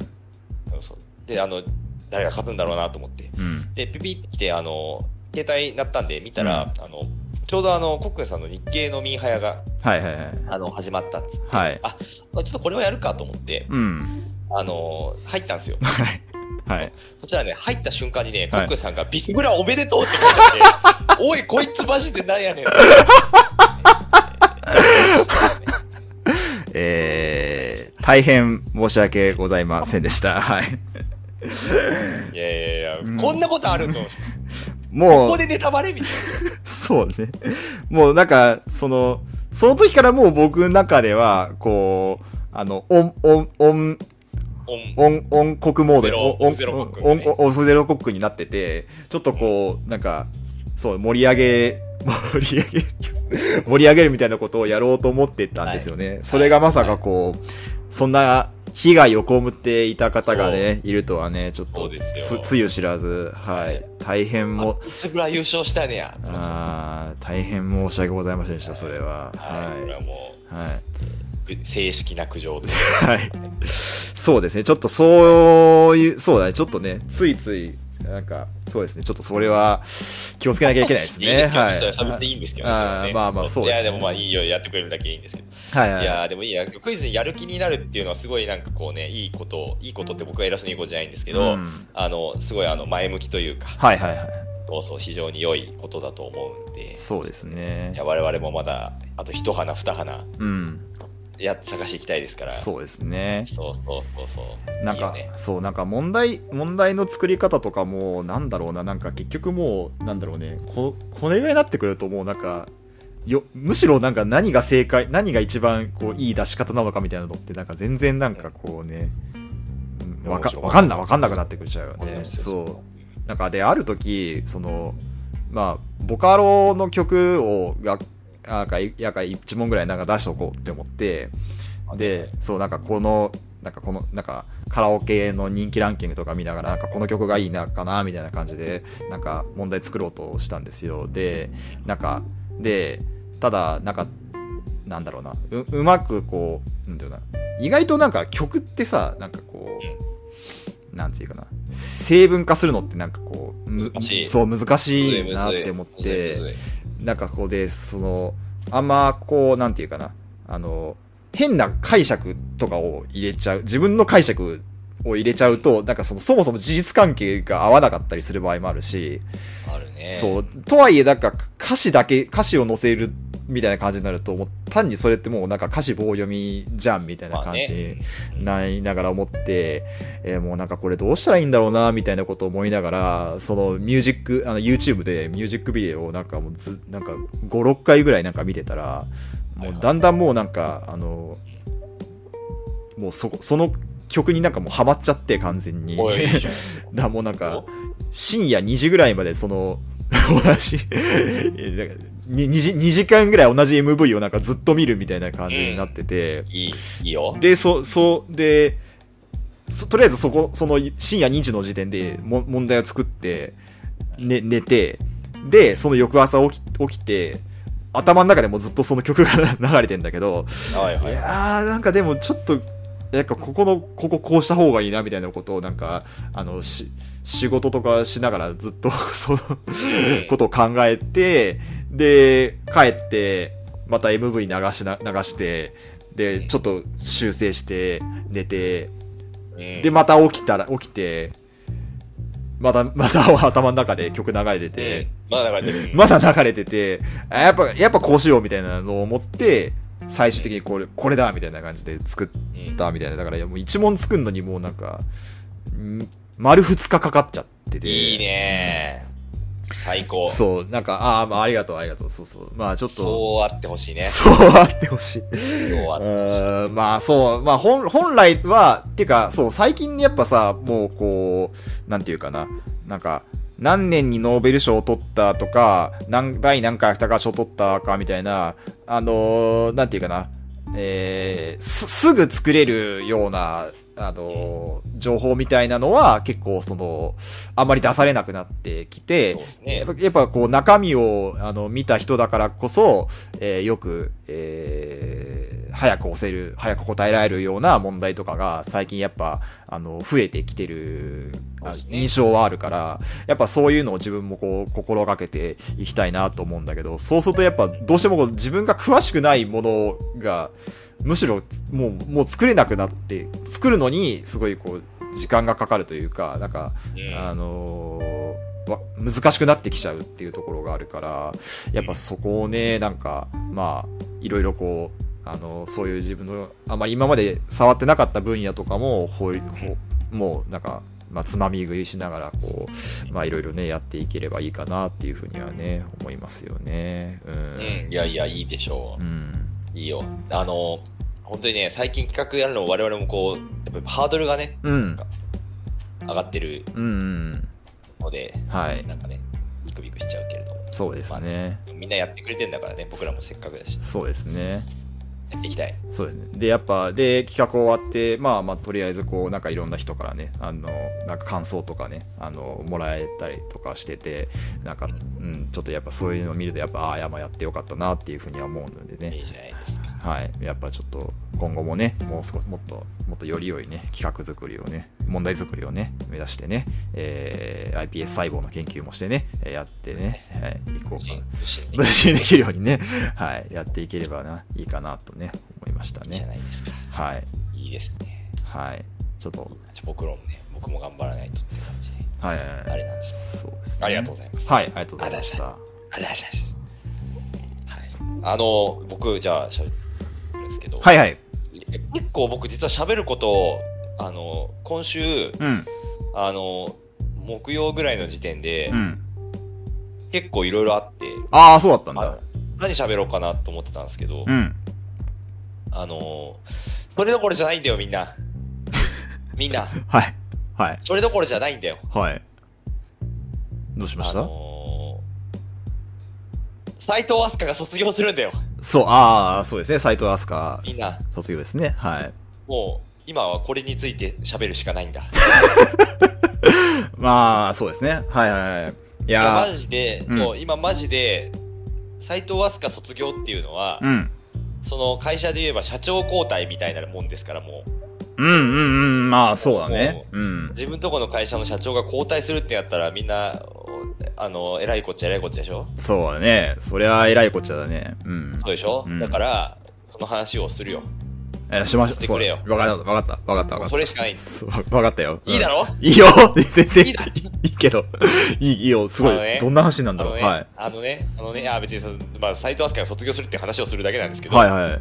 そうで、あの、誰が勝つんだろうなと思って、
うん。
で、ピピってきて、あの、携帯鳴ったんで見たら、あの、ちょうどあの、コックンさんの日経のミーハヤが、
はいはいはい。
あの、始まったっつって
はい。
あ、ちょっとこれはやるかと思って、
うん。
あの、入ったん
[laughs]
ですよ。
はい。はい。
そしたらね、入った瞬間にね、コ
はい
ックンさんが、ビフグラおめでとうって書いてあっ
[laughs]
て、おい、こいつマジでなんやねん。
えー、大変申し訳ございませんでした。はい。
いやいやいや、
うん
こんなことあるの、こ
も
こ
う、
でネタバレみたい
そうね。もうなんか、その、その時からもう僕の中では、こう、あの、オン、オン、オン、
な。うん
オン、オン国モード
ゼ
オ
ロ
ン、オン
ゼロコック
オン、オンオフゼロコックになってて、ちょっとこう、なんか、そう、盛り上げ、 [laughs] 盛り上げ、盛り上げるみたいなことをやろうと思ってたんですよね。それがまさかこう、そんな被害を被っていた方がね、いるとはね、ちょっ
そ
と
うです
つ
よ、
つゆ知らず、は
はいい。
大変も、
あいつぐらい優勝したねや。
あー大変申し訳ございませんでした、それは。
はい、これ
は。
はいも
はい。
うぐ正式な苦情です。
はい。そうですね。ちょっとそういう、そうだね。ちょっとね、ついつい、なんか、そうですね。ちょっとそれは気をつけなきゃいけないです
いいんで
ね。
すけど、
はい。
それは別にいいんですけどね。
あー
それはね
まあまあそうですね
いや、でもまあいいよ、やってくれるだけいいんですけど。
はいはいいは
やー、でもいいな、クイズにやる気になるっていうのは、すごいなんかこうね、いいことを、いいことって僕は偉そうに言うことじゃないんですけ
い。
ど、
うん
あの、すごいあの前向きというか、
はいはいはい。
そうそう、非常に良いことだと思うんで、
そうです
い
ね
や。我々もまだ、あと一花、二花、
うん。
いや探していきたいですから。
そうですね。
そうそうそうそう。
なんか
いいよね
そうなんか問題問題の作り方とかもなんだろうななんか結局もうなんだろうねここれぐらいになってくるともうなんかよむしろなんか何が正解何が一番こういい出し方なのかみたいなのってなんか全然なんかこうねうんわかわかんなわかんなくなってくるちゃうよねそうなんかである時そのまあボカロの曲をがなんかいやか1問ぐらいなんか出しとこうって思ってでそうなんかこのなんかこのなんかカラオケの人気ランキングとか見ながらなんかこの曲がいいなかなみたいな感じでなんか問題作ろうとしたんですよでなんかでただなんかなんだろうなううまくこうなんだろうな意外となんか曲ってさなんかこう、なんていうかな成分化するのってなんかこうむ
難しい
そう難
むず
し
い
い
む
なっ
ずい
て思っ
むずい
て
むずい
なんかこうでそのあんまこうなんていうかなあの変な解釈とかを入れちゃう自分の解釈を入れちゃうとなんかそのそもそも事実関係が合わなかったりする場合もあるし、
あるね。
そうとはいえなんか歌詞だけ歌詞を載せるみたいな感じになるともう単にそれってもうなんか歌詞棒読みじゃんみたいな感じ、
まあね
ないながら思って、えーもうなんかこれどうしたらいいんだろうなみたいなことを思いながらそのミュージックあの YouTube でミュージックビデオをなんかもうずなんか56回ぐらいなんか見てたらもうだんだんもうなんかあのもうそこその曲になんかもうハマっちゃって完全に
おいいいじゃん
だもうなんか深夜2時ぐらいまでその同じ [laughs] えなんかに 2, 時2時間ぐらい同じ MV をなんかずっと見るみたいな感じになってて、
いい、いいよ。
で、そ、そう、で、そとりあえずそこ、その深夜2時の時点でも問題を作って、ね、寝て、で、その翌朝起き起きて、頭の中でもずっとその曲が [laughs] 流れてんだけど、
はい
い
はい。
やー、なんかでもちょっと、なんかここの、こここうした方がいいなみたいなことをなんか、あの、し、仕事とかしながらずっと [laughs] そのことを考えて、で、帰って、また MV 流しな、流して、で、ちょっと修正して、寝て、
うん
で、また起きたら、起きて、また、 [laughs] また頭の中で曲流れてて、
うんまだ流れてる。
まだ流れてて、あやっぱ、やっぱこうしようみたいなのを思って、最終的にこれ、これだみたいな感じで作ったみたいな。だから、いやもう一問作るのにもうなんか、ん丸二日かかっちゃってて。
いいね最高。そう
そう、なんか、ああ、まあ、ありがとう、ありがとう、そうそう。まあ、ちょっと、そ,、
あってほしいうね。
あってほしい。
そうあ
う
ってほしい。
ーんまあ、そう、まあ、本、本来は、っていうか、そう、最近やっぱさ、もう、こう、なんていうかな、なんか、何年にノーベル賞を取ったとか、何、第何回芥川賞を取ったかみたいな、あのーなんていうかな、えーす、すぐ作れるような、あのー情報みたいなのは、結構、その、あんまり出されなくなってきて、
そうですね
やっ。ぱやっぱこう中身をあの見た人だからこそ、えーよく、えー早く押せる早く答えられるような問題とかが最近やっぱあの増えてきてる
そうですね
印象はあるから、やっぱそういうのを自分もこう心がけていきたいなと思うんだけど、そうするとやっぱどうしてもこう自分が詳しくないものが、むしろもうもう作れなくなって、作るのにすごいこう時間がかかるというか、なんか、
うん
あのーわ難しくなってきちゃうっていうところがあるから、やっぱそこをね、なんか、まあ、いろいろこう、あのそういう自分の、あまり今まで触ってなかった分野とかも、ほいほもうなんか、まあ、つまみ食いしながら、こう、まあ、いろいろね、やっていければいいかなっていうふうにはね、思いますよね。う。
うんん、いやいや、いいでしょ
うん。
う。いいよ。あの、本当にね、最近企画やるの、我々もこう、やっぱハードルがね、
うん。
上がってる
うん。うん。
ので、
はい。
なんかね、ビクビクしちゃうけれども、
そうですね。
みんなやってくれてんだからね、僕らもせっかくだし、
そうですね。
やっていきたい。
そうですね。で、やっぱ、で、企画終わって、まあまあ、とりあえず、こう、なんかいろんな人からね、あの、なんか感想とかね、あの、もらえたりとかしてて、なんか、うん、ちょっとやっぱそういうのを見ると、やっぱ、ああ、やまあやってよかったなっていうふうには思うので
い
ね
い、じゃないですか。
はい。やっぱちょっと、今後もね、もう少し、もっと、もっとより良いね、企画作りをね、問題作りをね、目指してね、えー iPS 細胞の研究もしてね、えーやってね、はい、いこ
無
うか
心、。無心で
無事にできるようにね、はい、やっていければな、いいかなとね、思いました
いいじゃ
ね。
ないですか。
はい。
いいですね。
はい。ちょっと、
ちょ僕らもね、僕も頑張らないとっていう感じで、
はいはいはい。
あれなんです
そうです
ありがとうございます
はい、ありがとうございました。
ありがとうございます。はい。あの、僕、じゃあ、しゃべるんですけど、
はいはい。
結構僕、実は喋ることを、あの、今週、
うん。
あの、木曜ぐらいの時点で、
うん。
結構いろいろあって、
ああ、そうだったん
あ
だ。
何喋ろうかなと思ってたんですけど、
うん。
あの、それどころじゃないんだよ、み
[laughs]
んな。みんな、
はい。はい。
それどころじゃないんだよ。
はい。どうしまし
あ
た
の斎藤飛鳥が卒業するんだよ、
そう、ああ、そうですね。斎藤飛
みん
鳥、
な。
卒業ですね。はい。
もう、今はこれについて喋るしかないんだ。
まあ、そうですね。はいはいはい。い
いや
や
マ
ー、
ジで、
うん
そう今マジで斎藤飛鳥卒業っていうのは、
うん。
その会社で言えば社長交代みたいなもんですからもう
うんうんうん。まあ、そうだね。うん。
自分とこの会社の社長が交代するってやったらみんなあの偉いこっちゃ偉いこっちゃでしょ
そうだね。そりゃ、偉いこっちゃだね。うん。
そうでしょ、
うん
だからその話をするよ
え、しましょ
して
う。
く
そう
れよ
わかった、わかった、わかった、わかった。
それしかないんだ
そうわかったよ。うん
いいだろ
いいよ全然
いいだろ
いいけど。いい、いいよ。すご
あのね
い。どんな話なん
あ
だろ
の
う。
ね、
はい。
あのね、あのね、あ別にその、まあ、斎藤飛鳥が卒業するって話をするだけなんですけど、
はいはい。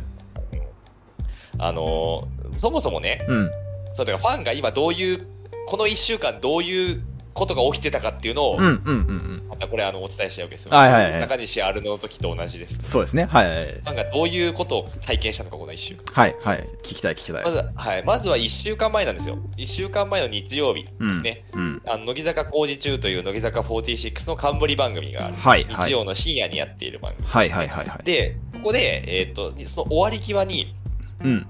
あのーそもそもね、
うん。
そうだからファンが今どういう、この1週間どういうことが起きてたかっていうのを、
うんうんうんうん。
またこれあのお伝えしたいわけですよ。
はいはいはい
中西アルノの時と同じです。
そうですね。はいはい
ファンがどういうことを体験したのか、この1週間。
はい。はい。聞きたい聞きたい
ま。ずは、はい、まずは1週間前なんですよ。1週間前の日曜日
うん
ですね。
うん。
あの乃木坂工事中という乃木坂46の冠番組がある。
はいは
日
い。
曜の深夜にやっている番組。
はいはいはいはい。
で、ここで、えっ、と、その終わり際に、
うん。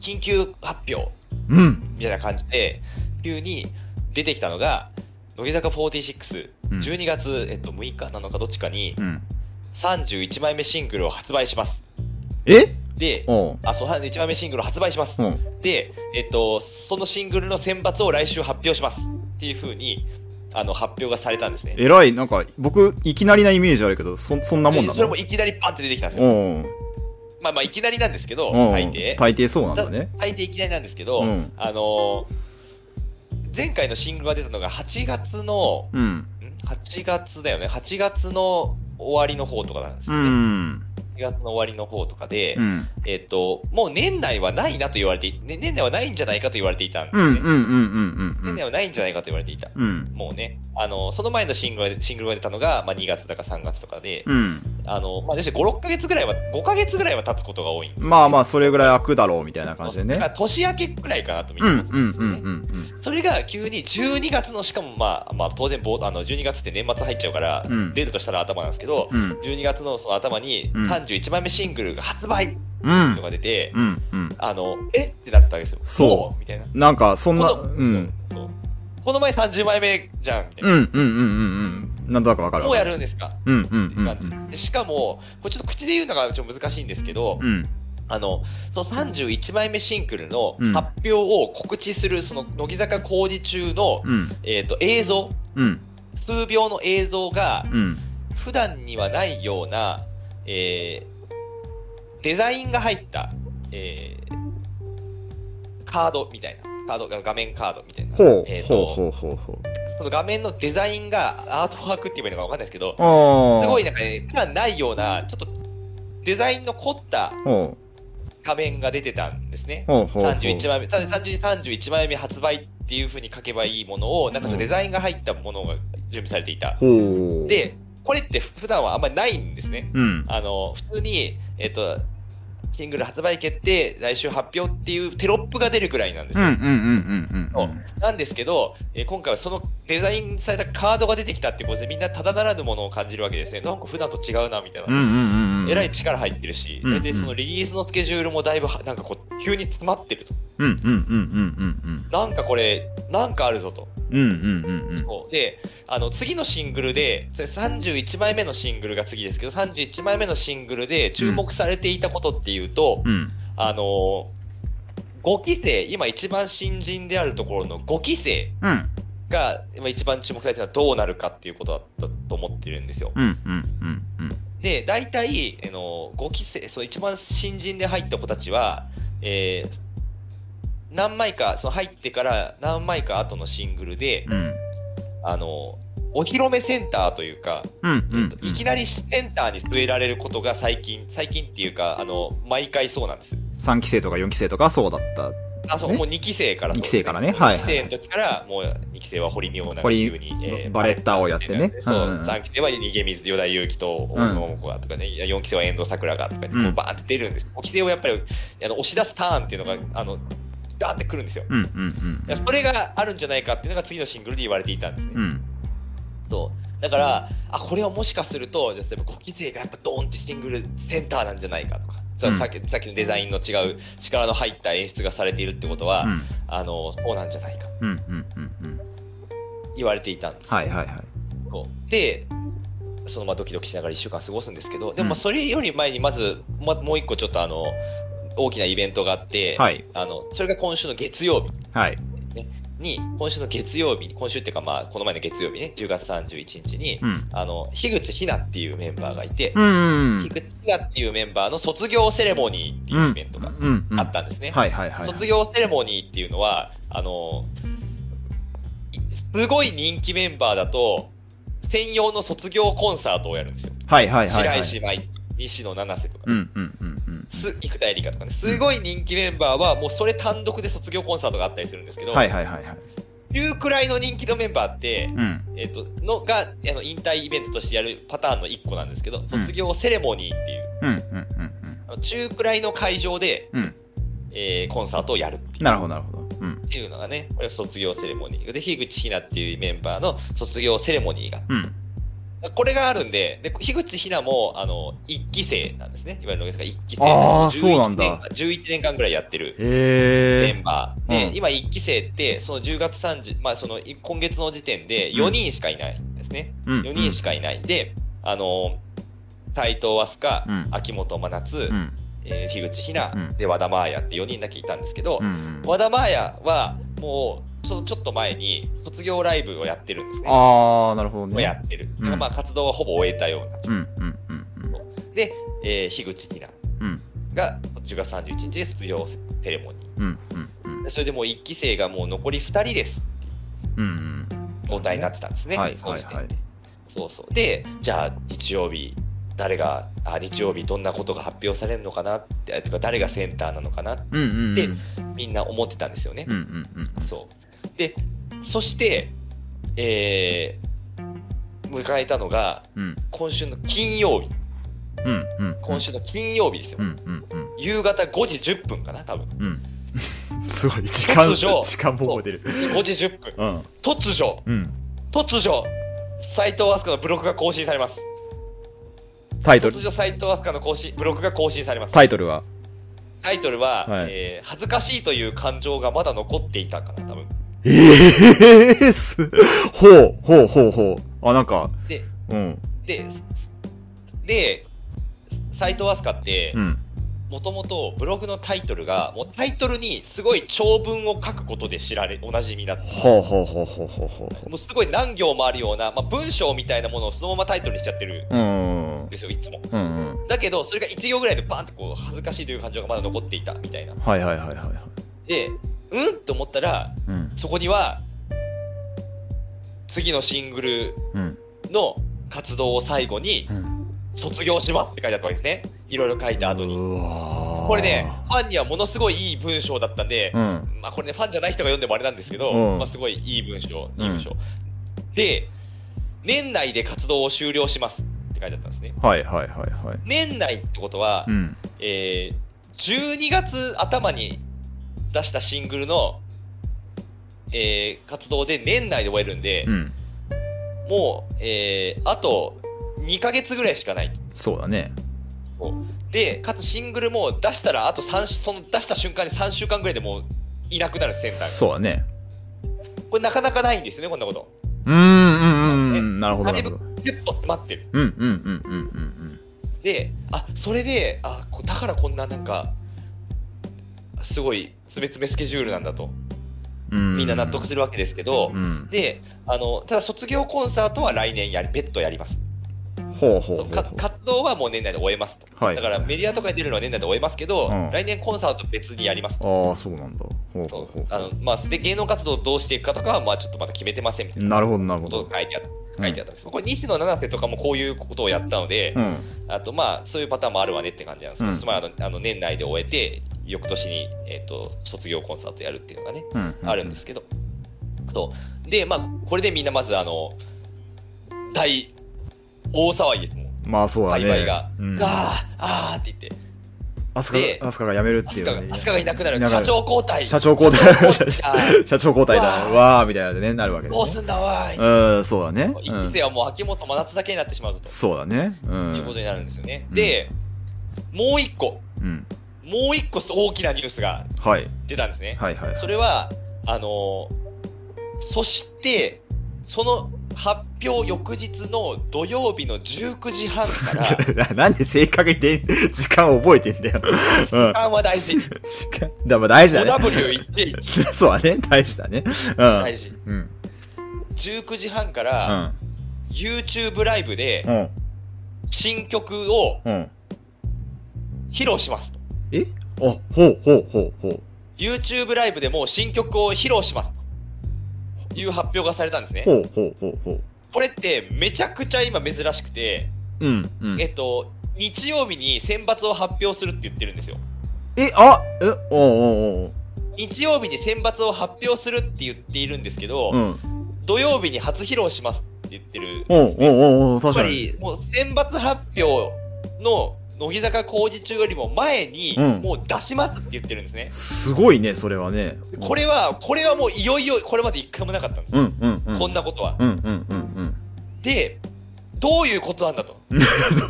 緊急発表
うん。
みたいな感じで、急に出てきたのが、乃木坂46、
うん
12月、えっと、6日なのかどっちかに、
うん。
31枚目シングルを発売します。
え
で、
おう。
あ、そう、31枚目シングルを発売します
う。ん。
で、えっと、そのシングルの選抜を来週発表します。っていう風に、あの、発表がされたんですね。
えらい、なんか、僕、いきなりなイメージあるけど、そそんなもんな
でそれ
の
もいきなりバンって出てきたんですよ。
おう。
まあまあ、いきなりなんですけど、
おう
大抵。
大抵そうなん
た
だね。
大抵いきなりなんですけど、
うん
あのー前回のシングルが出たのが8月の、
うん。
ん8月だよね、8月の終わりの方とかなんです
う
よね。
ん。
8月の終わりの方とかで、
うん。
えっと、もう年内はないなと言われて、ね年内はないんじゃないかと言われていたんです
う
ね。
んうんうんうんうん
年内はないんじゃないかと言われていた。
うん。うん。
もうね、あのーその前のシングルがシングルが出たのが、まあ、2月だか3月とかで、
うん。
あのーまあ、5、6ヶ月ぐらいは、5ヶ月ぐらいは経つことが多いんですよね
まあまあ、それぐらい開くだろうみたいな感じで
だか
ね
ら。年明けぐらいかなと見
う
て
ん
ます
うん
よ
うんう
ね。
ん
それが急に12月の、しかもまあ、まあ、当然ぼうあの、12月って年末入っちゃうから、
うん
出るとしたら頭なんですけど、
うん。うん
12月のその頭に
うん
31枚目シングルが発売
う
と
ん
か出て、
うんうん。
あの、えってなったわけですよ。
そう
もみたいな。
なんか、そんな、
この
う。
そうんそうこの前30枚目じゃん、みた
うん
い
う
な。
んうんうんうん。なんとなくわかる
も
わか
うや
る。
るんですか
うんうん
って
うん
感じでしかも、これちょっと口で言うのがちょっと難しいんですけど、
うん。うん。
あのその31枚目シングルの
うん
発表を告知するその乃木坂工事中の、
うん
えー、と映像
うん
数秒の映像が
うん
普段にはないような、えーデザインが入った、えーカードみたいなカード画面カードみたいな、
ほう、
えー
ほう
と
ほうほうほ
その画面のデザインがアートワークって言えばいいのか分かんないですけど
うああ
すごいなんかね普段ないようなちょっとデザインの凝った
ほう
画面が出てたんですね。
ほうほうほう
31枚目、ただ30 31枚目発売っていう風に書けばいいものを、なんかちょっとデザインが入ったものが準備されていた。
ほう
で、これって普段はあんまりないんですね。
うん
あの、普通に、えっと、シングル発売決定、来週発表っていうテロップが出るぐらいなんです
うんうん
よ。
うんうんうんう
そ
ん
なんですけど、えー今回はそのデザインされたカードが出てきたってことで、みんなただならぬものを感じるわけですね。なんか普段と違うな、みたいな。
うんうんうんうん
えらい力入ってるし、
うん
大体そのリリースのスケジュールもだいぶはなんかこう急に詰まってると、
うんうんうんうん
なんかこれ、なんかあるぞと、
うんうんうんうんうん
そうであの次のシングルで、それ31枚目のシングルが次ですけど、31枚目のシングルで注目されていたことっていうと、
うん
あの5期生、今一番新人であるところの5期生
うん
が今一番注目されてるのはどうなるかっていうことだったと思ってるんですよ。
うんうんうんうん
で大体あの5期生そう一番新人で入った子たちは、えー何枚かその入ってから何枚か後のシングルで、
うん
あのお披露目センターというか、
うんうんうん
いきなりセンターに据えられることが最近最近っていうかあの毎回そうなんです
3期生とか4期生とかそうだった
あそう
ね
もう2期生からそうです
二期生からねはい
2期生の時からもう2期生は堀美央な
堀
急に、
バレッタをやってね
そう
うんうん
3期生は逃げ水与田祐希と大野桃子がとかね、4期生は遠藤桜がとかね、
うん
こうバーンって出るんです5期生をやっぱりあの押し出すターンっていうのがあのダーンってくるんですよ
うんうん
いやそれがあるんじゃないかっていうのが次のシングルで言われていたんですね、
うんうん
そうだからあこれはもしかすると例えば5期生がやっぱドーンってシングルセンターなんじゃないかとか、そう
うん
さっきさっきのデザインの違う力の入った演出がされているってことは、
うん
あのそうなんじゃないか
うんうんうんうん
言われていたんですよ
はいはいはい
そうでそのまあドキドキしながら1週間過ごすんですけどでもま
うん
あそれより前にまず、ま、もう一個ちょっとあの大きなイベントがあって、
はい
あのそれが今週の月曜日
はい
に今週の月曜日に今週っていうかまあこの前の月曜日ね10月31日に、
うん
あの樋口ひなっていうメンバーがいて、
うんうん
樋口ひなっていうメンバーの卒業セレモニーっていうイベントが
うんうん
あったんですね。
はいはいはい
卒業セレモニーっていうのはあのいすごい人気メンバーだと専用の卒業コンサートをやるんですよ、
はいはいはいはい
白石麻衣西野七瀬とか、
うんうんうんうん
す生田絵梨花とかねすごい人気メンバーはもうそれ単独で卒業コンサートがあったりするんですけど、
はいはいはいはい
いうくらいの人気のメンバーって、
うん
えっとのがあの引退イベントとしてやるパターンの1個なんですけど卒業セレモニーっていう、
うんうんうん
あの中くらいの会場で、
うん
えーコンサートをやるっていう
うんなるほどなるほどうん
っていうのがね、これが卒業セレモニー。で、樋口ひなっていうメンバーの卒業セレモニーが。
うん
これがあるんで、で樋口ひなも、あの、一期生なんですね。いわゆるのが一期生。
あー
11
そうなんだ
年間11年間ぐらいやってるメ
へ
ン
え
バー。で、
うん
今一期生って、その10月30、まあ、その、い今月の時点で4人しかいないんですね。4人しかいない。で、あの、斎藤飛鳥、
うん
秋元真夏、
うん
えー樋口ひな、
うん
で、和田麻也って4人だけいたんですけど、
うんうん
和田麻也はもうそのちょっと前に卒業ライブをやってるんですね。
ああなるほど
もうや
ね
ってる。
うん
まあ活動はほぼ終えたような。
うんうんうんうん
で、えー、樋口ひな
うん
が10月31日で卒業セレモニ
うんうんうん
ー。でそれでもう1期生がもう残り2人です。
うん
状態になってたんですね。
はい
その時点で
はいはい
そうそう。で、じゃあ日曜日、誰が、あ日曜日どんなことが発表されるのかなって、あてか誰がセンターなのかなって
うんうんうん
でみんな思ってたんですよね。
うんうんうん
そう。で、そして、えー迎えたのが、
うん
今週の金曜日。
うんうん
今週の金曜日ですよ。
うんうんうん
夕方5時10分かな、多分。
うん [laughs] すごい時間
突如
時間も覚えてる
5時10分。
うん
突如、
うん
突如、斎藤飛鳥のブログが更新されます。
タイトル
突如、斎藤飛鳥の更新ブログが更新されます。
タイトルは
タイトルは、
はい
えー恥ずかしいという感情がまだ残っていたかな、多分。
ええすほうほうほうほうあなんか
で、
うん
で、で、斎藤飛鳥って、
うん
もともとブログのタイトルがもうタイトルにすごい長文を書くことで知られおなじみだった
ほうほうほうほうほうほ
もうすごい何行もあるような、まあ、文章みたいなものをそのままタイトルにしちゃってる
う。うん
ん。ですよいつも
うんうん。
だけどそれが1行ぐらいでバンってこう恥ずかしいという感情がまだ残っていたみたいな
はいはいはいはいはい。
でうんと思ったら
うん。
そこには次のシングル
うん。
の活動を最後に
うん。
卒業しますって書いてあったわけですねいろいろ書いた後に
うわー
これね、ファンにはものすごいいい文章だったんで、
うん。
まあ、これねファンじゃない人が読んでもあれなんですけど、
うん
まあ、すごいいい文章
うん
いい文章、で年内で活動を終了しますって書いてあったんですね
はいはいはいはい。
年内ってことは、
うん。
えー12月頭に出したシングルの、えー活動で年内で終えるんで
う、ん。
もう、えーあと2ヶ月ぐらいしかない
そうだね。
でかつシングルも出したらあと3その出した瞬間に3週間ぐらいでもういなくなるセンター
そうだね。
がこれなかなかないんですよねこんなこと
うーんうんうんうん。なるほど
だ
ないる
ぶ
ほど。
ギュッと詰まってる
うんうんうんうんうん
であそれであこだからこんななんかすごいつめつめスケジュールなんだと
うん。う
みんな納得するわけですけど、
うん。
であのただ卒業コンサートは来年やり別途やります
ほうほう
そ
ほ
う
う
か活動はもう年内で終えますと、
はい
だからメディアとかに出るのは年内で終えますけど、
うん
来年コンサート別にやりますと
ほう。ああ、そうなんだ。ほうほう
そ
ほ
う
う
あのまあ、で芸能活動をどうしていくかとかは、まあ、ちょっとまだ決めてませんみたいな
なるほどなるほ
こと
ど
を。書いてあった書いてあったんです、これ西野七瀬とかもこういうことをやったので、
うん。
あとまあそういうパターンもあるわねって感じなんですけど、
うん
つまりあのあの年内で終えて翌年に、えっと卒業コンサートやるっていうのがね、
うん。
あるんですけどそうでまあこれでみんなまずあの大大騒ぎですもう
まあそうだ
界
ね。
隈が、
うん。
あーあーって言って
アスカ
で
が、アスカが辞めるっ
ア
てい
ス
う
カ
の
が
ね、
飛鳥がいなくなる
いなくな
社
る
長交代
社長交代
社長交代
社長交代だ。
わー
わーみたいなのでね、なるわけだ、ね。
[laughs] どうすんだわーい、
うん、そうだね。う
一
ん
世、はもう秋元真夏だけになってしまうぞと、
そうだね。う
いうこと
ん。
になるんですよね。
うん
で、もう一個、
うん。
もう一個大きなニュースが
はい。
出たんですね。
はいはい。
それは、あのーそして、その発表翌日の土曜日の19時半から、
[laughs] ななんで正確にで時間を覚えてんだよ。うん。
時間は大事。
時間。だまあ大事だね。 [laughs]
5W1.1
そうだね。大事だね。
大事。
うん。うん。
19時半か
う
ら、
ん。
YouTube ライブで
うん。
新曲を
うん。
披露しますと。
えあ、ほうほうほうほう。
YouTube ライブでもう新曲を披露しますという発表がされたんですね。
ほうほうほうほう。
これってめちゃくちゃ今珍しくて、
うん。うん
え。っと、日曜日に選抜を発表するって言ってるんですよ。
え、あえおうおうおう
日曜日に選抜を発表するって言っているんですけど、
おう。うん。
土曜日に初披露しますって言ってる。
おうおうおうおう
やっ
確
ぱ
かに。
りもう選抜発表の乃木坂工事中よりも前に
うん
もう出しますって言ってるんですね。
すごいね、それはね。
これは、これはもういよいよこれまで一回もなかったんです。
うんうんうん。
こんなことは。
うんうんうん
で、どういうことなんだと。
うん。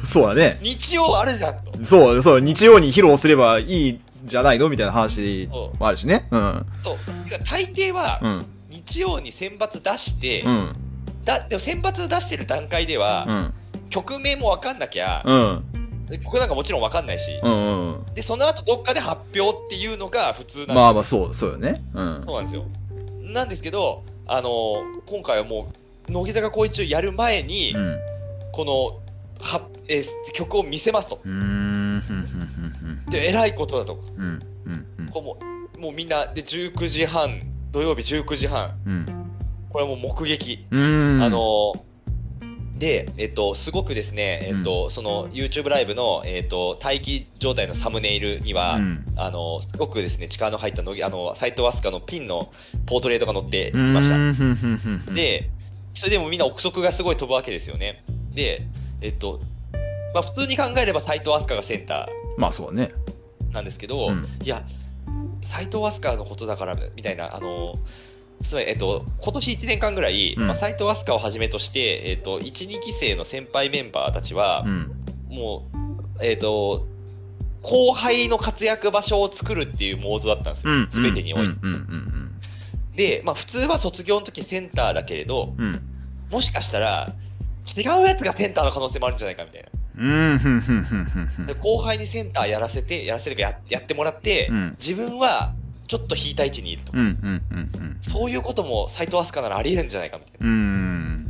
そうだね。
日曜あるじゃんと。
そうそう、日曜に披露すればいいじゃないのみたいな話もあるしね。うん。
そう。てか大抵は
うん。
日曜に選抜出して、
うん。
だでも選抜出してる段階では、
うん。
曲名も分かんなきゃ、
うん。
曲なんかもちろん分かんないし、
うんうん。
でその後どっかで発表っていうのが普通なん,、
まあまあ、そう、そうよね。うん。
そうなんですよなんですけど、あのー今回はもう乃木坂工事中やる前に、
うん。う
このは、えー曲を見せますと
ーん。ふんふんふんふん
でえらいことだと
うん。うん。うん
こうもうもうみんなで19時半土曜日19時半
うん。
これはもう目撃
うーん。
あ、ので、えっと、すごくですね、えっと、その YouTube ライブの、えっと、待機状態のサムネイルには、
うん。
あの、すごくですね、力の入ったのぎ、あの、斎藤飛鳥のピンのポートレートが載っていう
ーん
ました。
ふんふんふんふん
で、それでもみんな憶測がすごい飛ぶわけですよね。で、えっと、まあ、普通に考えれば斎藤飛鳥がセンタ
まあ、そうだね。
ーなんですけど、
うん
いや、斎藤飛鳥のことだから、みたいな、あの、つまり、えっと、今年1年間ぐらい、
うん
まあ、斎藤飛鳥をはじめとして、えっと、1、2期生の先輩メンバーたちは
う、ん。
もう、えっと、後輩の活躍場所を作るっていうモードだったんです
う
よ
ん。、
すべてにおいて。
うん。うん。
で、まあ、普通は卒業の時センターだけれど、
うん。うん。
もしかしたら、違うやつがセンターの可能性もあるんじゃないかみたいな。
う
うん、ふんふんふんふんふん
で後輩にセンターやらせて、やらせるかややってもらって、
うん
自分はちょっと引いた位置にいるとか、
うんうんうんうん
そういうことも斎藤飛鳥ならありえるんじゃないかみたいな。
うーん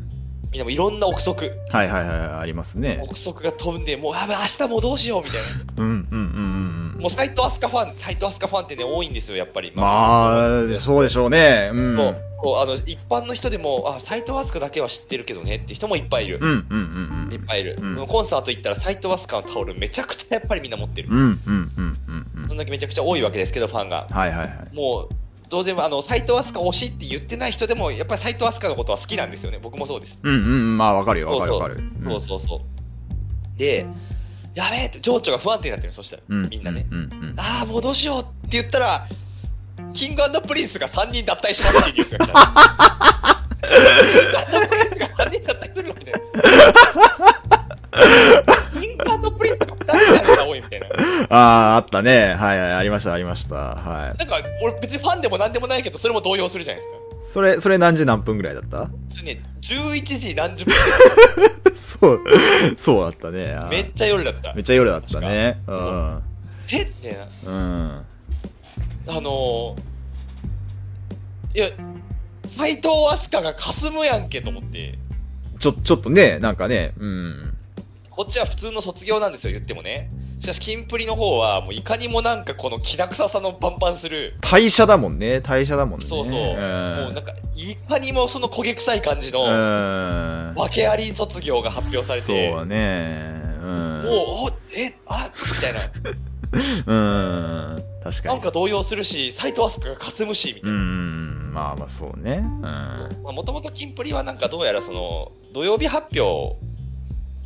みんなもいろんな憶測、
はいはいはいありますね
憶測が飛んで、もう、あ、明日もうどうしようみたい
うんうんうんうんう
な。
ん
もう斎藤飛鳥ファン、斎藤飛鳥ファンってね、多いんですよ、やっぱり。
まあそうでしょうねうん
もうこうあの一般の人でも、あ、斎藤飛鳥だけは知ってるけどねって人もいっぱいいる
う。んうんうん
いっぱいいる。
うん
コンサート行ったら斎藤飛鳥のタオルめちゃくちゃやっぱりみんな持ってる
う。んうんうんうんうん
そんだけめちゃくちゃ多いわけですけど、ファンが。
はいはいはい
もう当然あの斎藤飛鳥推しって言ってない人でもやっぱり斎藤飛鳥のことは好きなんですよね僕もそうです、
うんうんまあわかるよわかるわかる
そうそうそうでやべえって情緒が不安定になってるそしたら、
うん
みんなね、
うんうん
ああもうどうしようって言ったらキングプリンスが3人脱退しますっていうニュースが来たキングプリンスが3人脱退するわけだよキングプリンスが2人になるが多いみたいな
あああったねはいはいありましたありましたはい
なんか俺別にファンでも何でもないけどそれも動揺するじゃないですか
それそれ何時何分ぐらいだった [laughs]
それね11時何十分
そう、そうだったね。あー
めっちゃ夜だった
めっ。ちゃ夜だったね。うん。
えってな、
うん。
あのー、いや、斎藤飛鳥が霞むやんけと思って、
ちょ、ちょっとね、なんかね、うん。
こっちは普通の卒業なんですよ、言ってもね。しかし、キンプリの方は、もういかにもなんかこのきな臭さのパンパンする、
代謝だもんね、代謝だもんね。
そうそう、
うん。
もうなんか、いかにもその焦げ臭い感じ
う
の、
ん。
訳あり卒業が発表されて、
そうね。うん。
もう、おえ、あみたい
う
な、
ん。確か
なん
に。
か動揺するし、斎藤飛鳥が霞むし、みた
う
いな。
ん。まあまあ、そうね。うん。
まあ、もともとキンプリはなんかどうやらその土曜日発表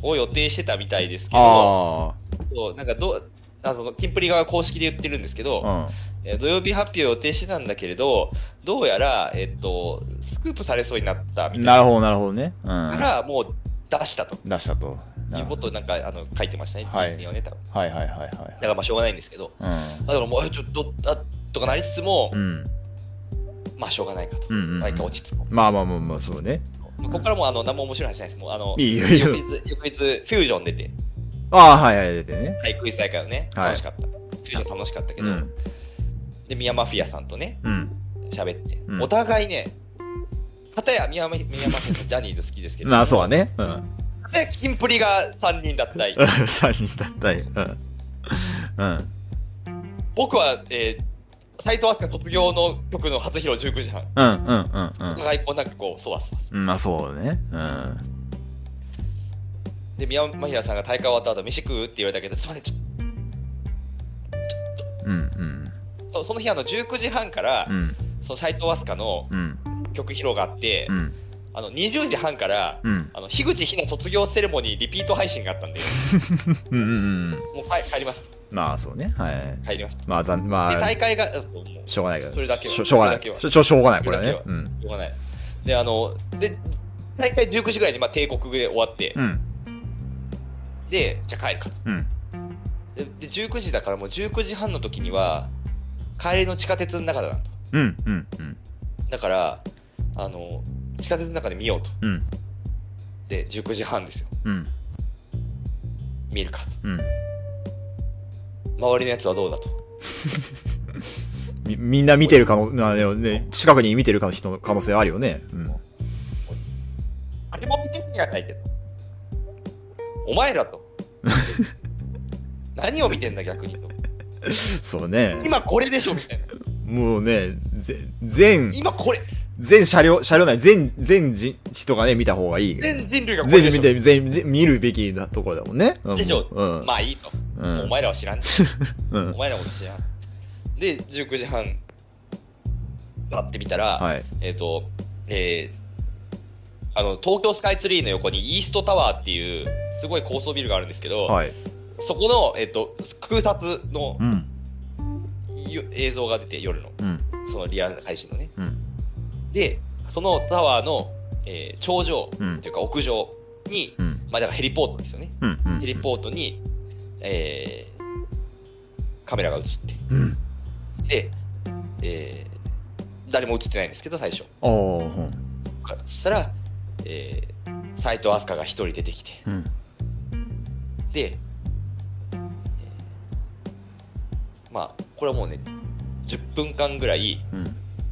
を予定してたみたいですけど、
あ
そうなんかどうあのキンプリ側公式で言ってるんですけど、
あ。
えー土曜日発表を予定してたんだけれど、どうやら、えっと、スクープされそうになった
う
み
ん。
た
ないるほど、なるほどね。う
なんか。ら、もう出したと
出したと。
い
なる
う
ほ
こ
ど
とをなんかあの書いてましたね、
はい
ディズニーはね、多分
はいはいはい
だからまあしょうがないんですけど、
はい。
だからもう、えちょっと、あとかなりつつも、
うん。うん。
まあしょうがないかと、
うんうんうん
何か落ち着こう。
まあまあまあまあ、そうね。
ここからもうあの何も面白い話じゃないです。もうあの
いいよいいよ
翌日、翌日、フュージョン出て。
ああ、はいはい、出てね。
はい、クイズ大会をね、
はい
楽しかった。フュージョン楽しかったけど、
うん
で、ミヤマフィアさんとね、
うん。
喋って、
うん
お互いね、片やミヤマミヤマフィアさん、ジャニーズ好きですけど、
まあ、そうだね。うん。
片やキンプリが3人だったり、
[laughs] 3人だったり。うん。うん。
僕は、えー、斎藤明卒業の曲の初披露19時半、
うん。うん。うん。
お互いこうなんかこう、そわそわする。
うん。まあ、そうね。うん。
で、ミヤマフィアさんが大会終わった後、飯食うって言われたけど、すいません、ちょ
うん。
っと、その日あの19時半から、
うん。うん。
その斎藤飛鳥の
うん。
曲披露があって、
うん。
あの20時半から、
うん。
あの樋口日奈卒業セレモニーリピート配信があったんで、
うん。うん。
もうはい帰ります
まあ、そうね。はい。
帰ります
まあ、残、
で
まあ
大、会がうんもうし
しょうがないけど。
それだけは
しょしょうがない。
それだけは
しょしょうがない、これはね。
それだけ
う
は
ん。
ょうがないであので大会19時ぐらいにまあ帝国で終わって、
うん。
でじゃあ帰るか
うん。
でで19時だからもう19時半の時には帰りの地下鉄の中だなと
うん。うん。うん。
だからあの地下鉄の中で見ようと
うん。
で19時半ですよ
うん。
見るかと
うん。
周りのやつはどうだと
み、みんな見てる可能、なでもね、近くに見てる可能人の可能性あるよね。うん。
あれも見てるんやないけどお前 [laughs] らと何を見てんだ逆にと
そうね。
今これでしょみたいな
もうね、ぜ全、
今これ
全車両、車両内、全、全人人がね、見た方がいい。
全人類がこれ
全
で
員見
しょ
て、全員全員見るべきなところだもんね。うん
でしょ
うん。
まあいいと、
うん
お前らは知らん
うん
お。前らも知らんで19時半なってみたら、
はい。
えっ、とえー、あの東京スカイツリーの横にイーストタワーっていうすごい高層ビルがあるんですけど、
はい。
そこの、えっと空撮の
うん。
ゆ映像が出て夜の
うん。
そのリアル配信のね
うん。
でそのタワーの、えー頂上
うん
というか屋上に、
うん。
まあだからヘリポートですよね
うん。うん
ヘリポートに、えーカメラが映って
うん。
で、えー誰も映ってないんですけど最初
ああ、うん。
からそしたら、えー、斎藤飛鳥が一人出てきて
うん。
で、えーまあこれはもうね10分間ぐらい
うん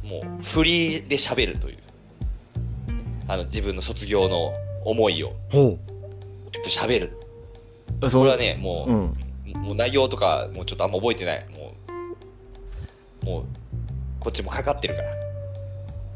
もうフリーで喋るというあの自分の卒業の思いを
ほ
喋る
う。
こ
そ
れ
れ
はねもう
う、ん。
もう内容とかもうちょっとあんま覚えてないもうもうこっちもかかってるから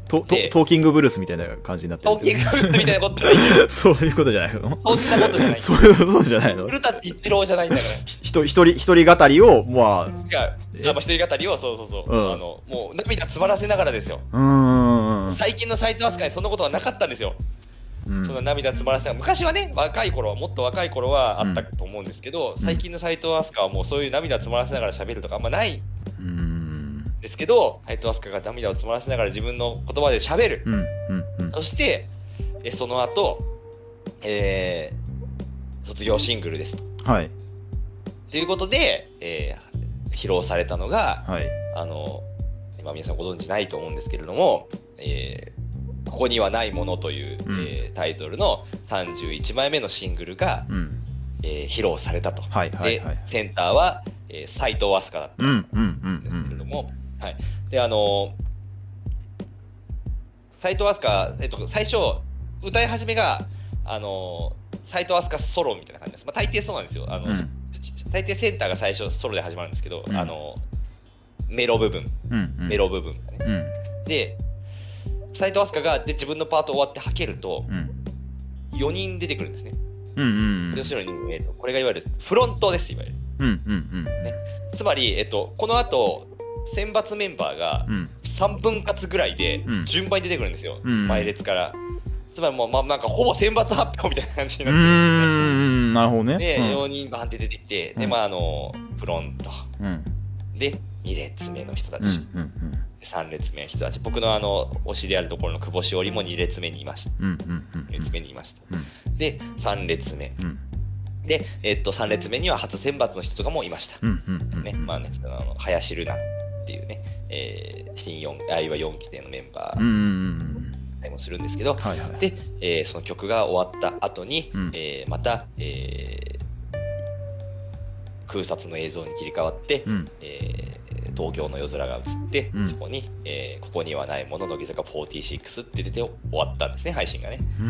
トト
で
トーキングブルースみたいな感じになって
ト
る
ーキングブルースみたいなことない
[laughs] そういうことじゃないの
そんなことじゃない
[laughs] そういうことじゃないの
古舘一郎じゃないんだか
ひひと一人一人語りを、ま
ら違うやっぱ一人語りをそうそうそう、
うん
あのもう涙詰まらせながらですよ
うんうんうん
最近のサイト扱いそんなことはなかったんですよ、
うん
そんな涙詰まらせながら昔はね若い頃はもっと若い頃はあったと思うんですけど、最近のサイト扱いはもうそういう涙詰まらせながら喋るとかあんまないん
うん
ですけどサイト扱いが涙を詰まらせながら自分の言葉で喋る
うんうんうん
そして、えその後、えー卒業シングルですと。
はい
ということで、えー披露されたのが、
はい
あの、今皆さんご存知ないと思うんですけれども、えーここにはないものという、
うん
えータイトルの31枚目のシングルが、
うん
えー披露されたと。
はいはい
で
はい、
センターは、えー、斎藤飛鳥だった。
うんうんうん
んで
う
すけれ
ん
ども、はい、であの斎藤飛鳥、えっと、最初歌い始めがあの斎藤飛鳥ソロみたいな感じです、まあ、大抵そうなんですよあの、
うん
しし大抵センターが最初ソロで始まるんですけど、
うん
あのメロ部分
うんうん
メロ部分がね、
うん
で斎藤飛鳥がで自分のパート終わってはけると
うん
4人出てくるんですね、
うんうんうん
で後ろに、えっと、これがいわゆるフロントですいわゆる
うんうんうん
つまり、えっと、この後選抜メンバーが
うん
3分割ぐらいで
うん
順番に出てくるんですよ、
うん
前列から。つまりもう、ま、なんかほぼ選抜発表みたいな感じに
うー
なってるん
んなるほどね
ですね。で、4人バンって出てきて、
う
で、
ん
まあ、あの、フロント。
うんうん
で、2列目の人た
うん
ち、
うん
3列目の人たち、僕のあの、推しであるところの久保しおりも2列目にいました。
うんうんうんうん
2列目にいました。
うん
で、3列目。
うん
で、えっと、3列目には初選抜の人とかもいました。
うんうんうん
ね、まあね、あの林瑠奈っていうね、えー新4、あいは4期生のメンバ
うんうんうん
ーもするんですけど、
はいはい
で、えーその曲が終わった後に、
うん
えーまた、えー空撮の映像に切り替わって、
うん
えー東京の夜空が映って、
うん
そこに、えーここにはないもの、乃木坂46って出て終わったんですね、配信がね。
うー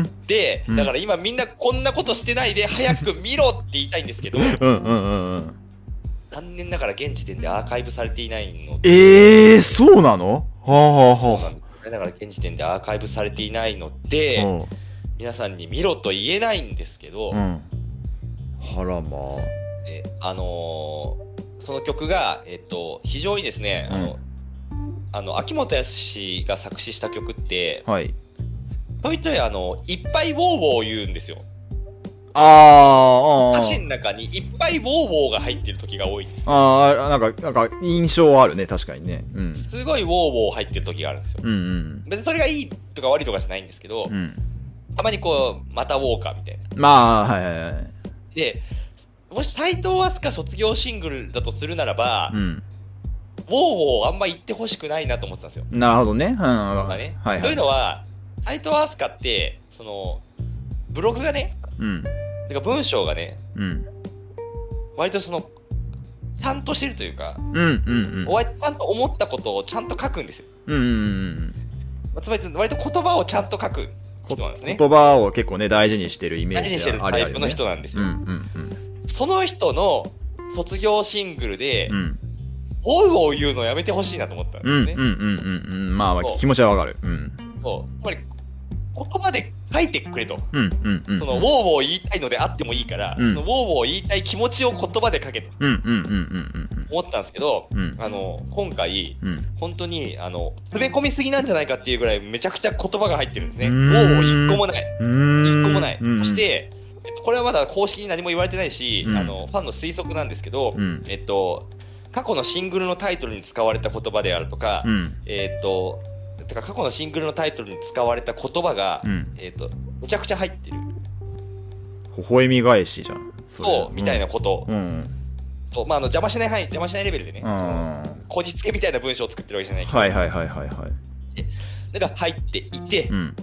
ん
で
う、ん
だから今みんなこんなことしてな
[laughs]
いで、早く見ろって言いたいんですけど、
うんうんうんうん
残念ながら現時点でアーカイブされていないので、
ええー、そうなのはあはあ
そうな
は
んですねだから現時点でアーカイブされていないの
あ
で、
うん
皆さんに見ろと言えないんですけど、
うんはらまあ
であのーその曲が、えっと、非常にですね、あのあの秋元康が作詞した曲って
はい
ちょいちょいあのいっぱいウォーウォー言うんですよ
あーあーあ
歌詞
ー
の中にいっぱいウォーウォーが入ってる時が多いんです
あーなんかなんか印象はあるね確かにねうん
すごいウォーウォー入ってる時があるんですよ
うんうん
別にそれがいいとか悪いとかじゃないんですけ
う
ど、
ん
たまにこうまたウォーカーみたいな
まあはいはいはい
でもし斎藤飛鳥卒業シングルだとするならば、
う
ウ
ん
ォーウォーあんま言ってほしくないなと思ってたんですよ
なるほどねうん
なんか
は
ね。
はい
というの
は
は、斎藤飛鳥って、その、ブログがね、
うん
てか文章がね、
うん
割とその、ちゃんとしてるというか、
うんうんうん
おわちゃんと思ったことをちゃんと書くんですよ。
うんうん
まあつまり、割と言葉をちゃんと書く人なんです
うん
ね。
言葉を結構ね大事にしてるイメー
大事にして
ジ
る
があ
タ
るあ
イ
る
プ
よ
の
ね
人なんです
う
よ。
んうんうん
その人の卒業シングルで、
うん
おうおう言うのやめてほしいなと思ったんで
うんうん
すよ
う
ね。
んうんうんまあまあ気持ちはわかるうん
そうつまり、言葉で書いてくれと。
うんうんうん
その、ウォーウォー言いたいのであってもいいから、
うん
そのウォーウォー言いたい気持ちを言葉で書けと
うんうんうんうん
思ったんですけど、
うんうん
あの今回、
うん
本当にあの詰め込みすぎなんじゃないかっていうぐらい、めちゃくちゃ言葉が入ってるんですね。
う
お
ーん
うおう一個もない、
一
一個もない。
うん、
そして、えっとこれはまだ公式に何も言われてないし、
うん
あのファンの推測なんですけど、
うん
えっと、過去のシングルのタイトルに使われた言葉であるとか、
うん
えっと、てか過去のシングルのタイトルに使われた言葉が、
うん
えっと、めちゃくちゃ入ってる、
微笑み返しじゃんそれ
そうみたいなこと
うんうん
と、まあ、あの邪魔しない範囲、邪魔しないレベルでね、
うん
そのこじつけみたいな文章を作ってるわけじゃないけど
はいはいはいはいはい
なんか入っていて、
うん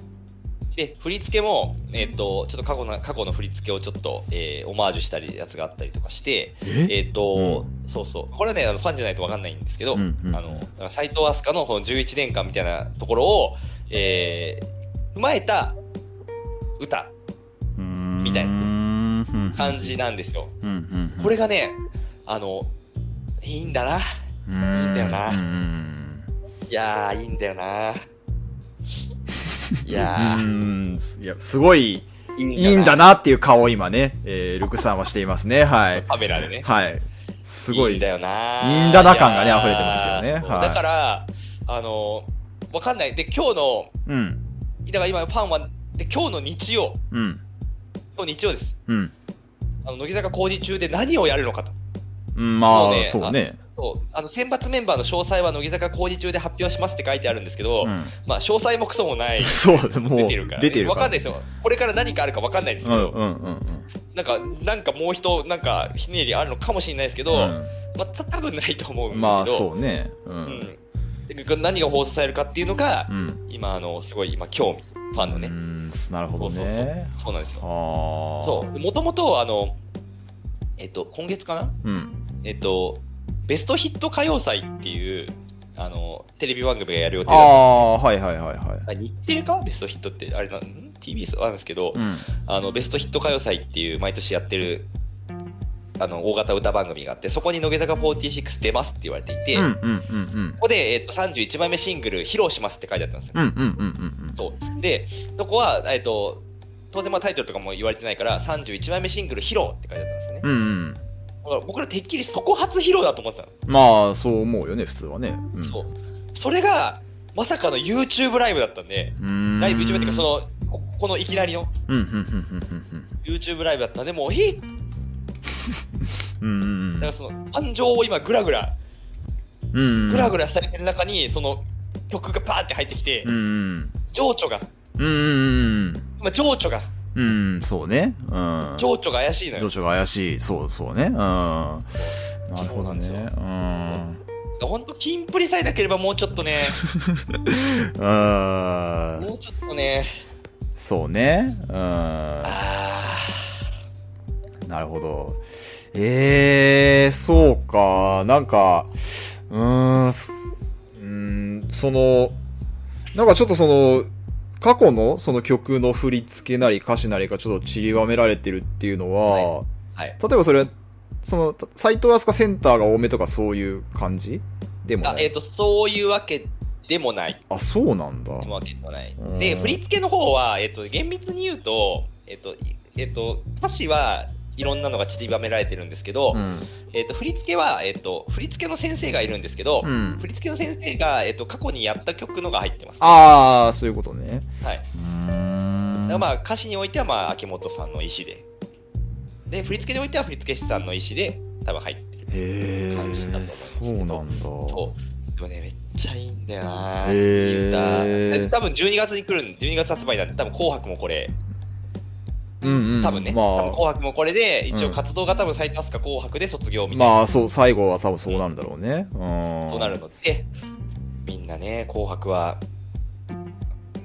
で振り付けも、えっとちょっと過去の過去の振り付けをちょっと、えーオマージュしたりやつがあったりとかして、
え
えっとそうそうこれはねあのファンじゃないと分かんないんですけど、
うんうん
あのだから斉藤飛鳥のこの11年間みたいなところを、えー踏まえた歌みたいな
な
感じなんですよ。
うんうん
これがねあのいいんだな。
いい
いいんだよな
うん
いやーいいんだよ
[laughs]
な。いや
うーんすいやすごい
ーい
いいんだ。なっていう顔を今ね、えールクさんはしていますね。はい。
カメラでね。
はい。すごい。
いんだよな。
いいんだな感がね
いやー
溢れてますけどね
そう
はい
だから、あの、わかんない。で、今日の、
うん。
だから今ファンは、で、今日の日曜、
うん。
今日日曜です。
うん。
あの乃木坂工事中で何をやるのかと。
うんま
も
あ
うね、
そうね。
そうあの選抜メンバーの詳細は乃木坂工事中で発表しますって書いてあるんですけど、
うん
まあ詳細もクソ
[laughs]
もない。
そう、もう
出てるから、ね、
出てる
わかんないですよ。これから何かあるかわかんないです
う
け
ん
ど、
うんうんうん。
なんか、なんかもう一、なんかひねりあるのかもしれないですけど、
うん
まあ、た多分ないと思うんですけど、
まあそうね。う。
うんんで何が放送されるかっていうのが、
うん。
今あのすごい今興味ファンの
う
ね、
んなる
そ
ほ
う
ど
そうそう
ね。
そうなんですよ
ああ。
そうもともとあのえっと今月かな
う。うん。
えっとベストヒット歌謡祭っていうあのテレビ番組がやる予定
あ
だっ
あ、はいはいはいはい。
たあ日テレかベストヒットってあれなんん TBS なんですけど、
うん。
あのベストヒット歌謡祭っていう毎年やってるあの大型歌番組があってそこに乃木坂46出ますって言われていて、
うん
こ
うんうんうん。
こで、えっと、31枚目シングル披露しますって書いてあったんですよ
うんうんうんうん
そうでそこは、えっと当然まあタイトルとかも言われてないから31枚目シングル「披露」って書いてあったんですね、
うん。うん。
だから僕らてっきりそこ初披露だと思ってたの、
まあそう思うよね、普通はね。うん
そうそれがまさかの YouTube ライブだったんで
うん。
ライブ YouTube っていうかそのここのいきなりの
うんうんうん
YouTube ライブだったんでもうえっだ
うんうんうんうん
からその感情を今グラグラ
うんうん
グラグラされてる中にその曲がバーンって入ってきて、
うんうん
情緒が
うんうん
今情緒が
うんうんそうねうん
情緒が怪しいのよ
情緒が怪しいそうそうねうんなる
そう
ほ
な
ど
んですよ
ねうん
ほんとキンプリさえなければもうちょっと
[laughs]
ね
うん
もうちょっとね
そうねうんな
ああ
るほどえー、そうかなんかうーんすうーんそのなんかちょっとその過去のその曲の振り付けなり歌詞なりがちょっと散りばめられてるっていうのは、
はい。
例えばそれはそのた斎藤飛鳥センターが多めとかそういう感じでも
あ
な、い
えっ、と、そういうわけでもない。
あそうなんだ
でもわけでもない
うん。
で、振り付けの方は、えっ、と、厳密に言うと、えっ、と、いえっ、と、歌詞はいろんなのが散りばめられてるんですけど、
うん
えっ、と、振り付けは、えっ、と、振り付けの先生がいるんですけど、
うん
振り付けの先生が、えっ、と、過去にやった曲のが入ってます。は
ああそういうことね
い。
うーん
だからまあ、歌詞においては、まあ、秋元さんの意思で。で、振り付けにおいては、振り付け師さんの意思で、多分入ってる。
へ
感じだと思い
え
ます
そうなんだ
そう。でもね、めっちゃいいんだよな。
へ
い
ー
い歌。え多分12月に来るん、12月発売なんで、多分紅白もこれ、
うんうん
多分ね、
ま
多分
あ
紅白もこれで、一
う
応
ん
活動が多分最多すか紅白で卒業みたいな、
まあそう最後は多分そうなんだろうねうん
となるので、みんなね、紅白は、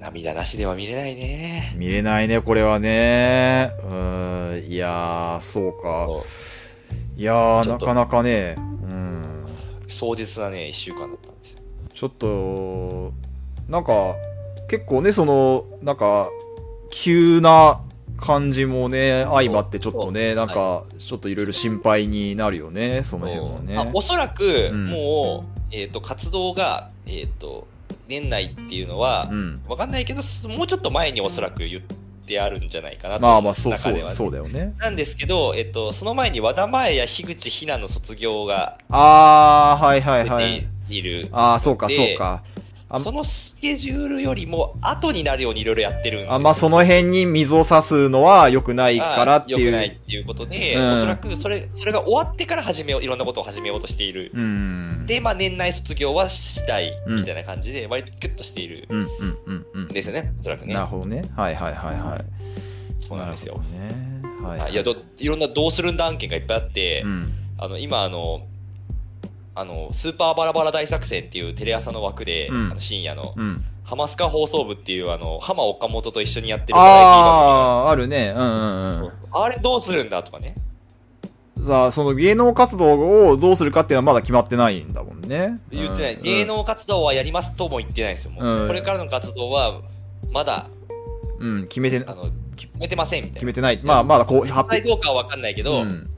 涙なしでは見れないね。
見れないねこれはねうーんいやーそうか
そう
いやー
ちょ
な
っと
かなかねうん
壮絶なね、1週間だったんですよ。
ちょっと、なんか、結構ね、その、なんか、急な感じもね、相まってちょっとね、な
うん
か、ちょっといろいろ心配になるよね、その辺はね。
あおそらく、
うん
もう、えっ、と、活動が、えっ、と、年内っていうのは、
うん。
わかんないけど、すもうちょっと前におそらく言ってあるんじゃないかなと。
まあまあ、そうそ
中で
う、
は
そうだよね。
なんですけど、えっと、その前に和田前や樋口ひなの卒業が
あー、はいはい
出
はい
て。いる、
あー、そうか、
で
そうか。あ
そのスケジュールよりも後になるようにいろいろやってるんで
あまあ、その辺に水を差すのは良くないからって
良
い。
くないうっていうことで、
うん
おそらくそれそれが終わってから始めよういろんなことを始めようとしている。
うん。
で、まあ、年内卒業はしたい
うん
みたいな感じで、割とキュッとしている
うんうんうんうん
ん。ですよね、おそらくね
な。るほどね。はいはいはいはい。
そうなんですよ。
なるほどね。はい。
あいやどいろんなどうするんだ案件がいっぱいあって、
うん。
あの今あのあのスーパーバラバラ大作戦っていうテレ朝の枠で、
うん
あの深夜の、
うん。
ハマスカ放送部っていうあの浜岡本と一緒にやってるバラ
ああ、あるね。うんうん
エティ番組あれどうするんだとかね。
うん。さあ、その芸能活動をどうするかっていうのはまだ決まってないんだもんね。
言ってない、
うん
芸能活動はやりますとも言ってないですよ、もう
うん
これからの活動はまだ
うん、決めて、
あの決めてませんみたい
決
な。
めてない。まあ、まだこう、発
実際どうかは分かんないけど、
う
と
ん。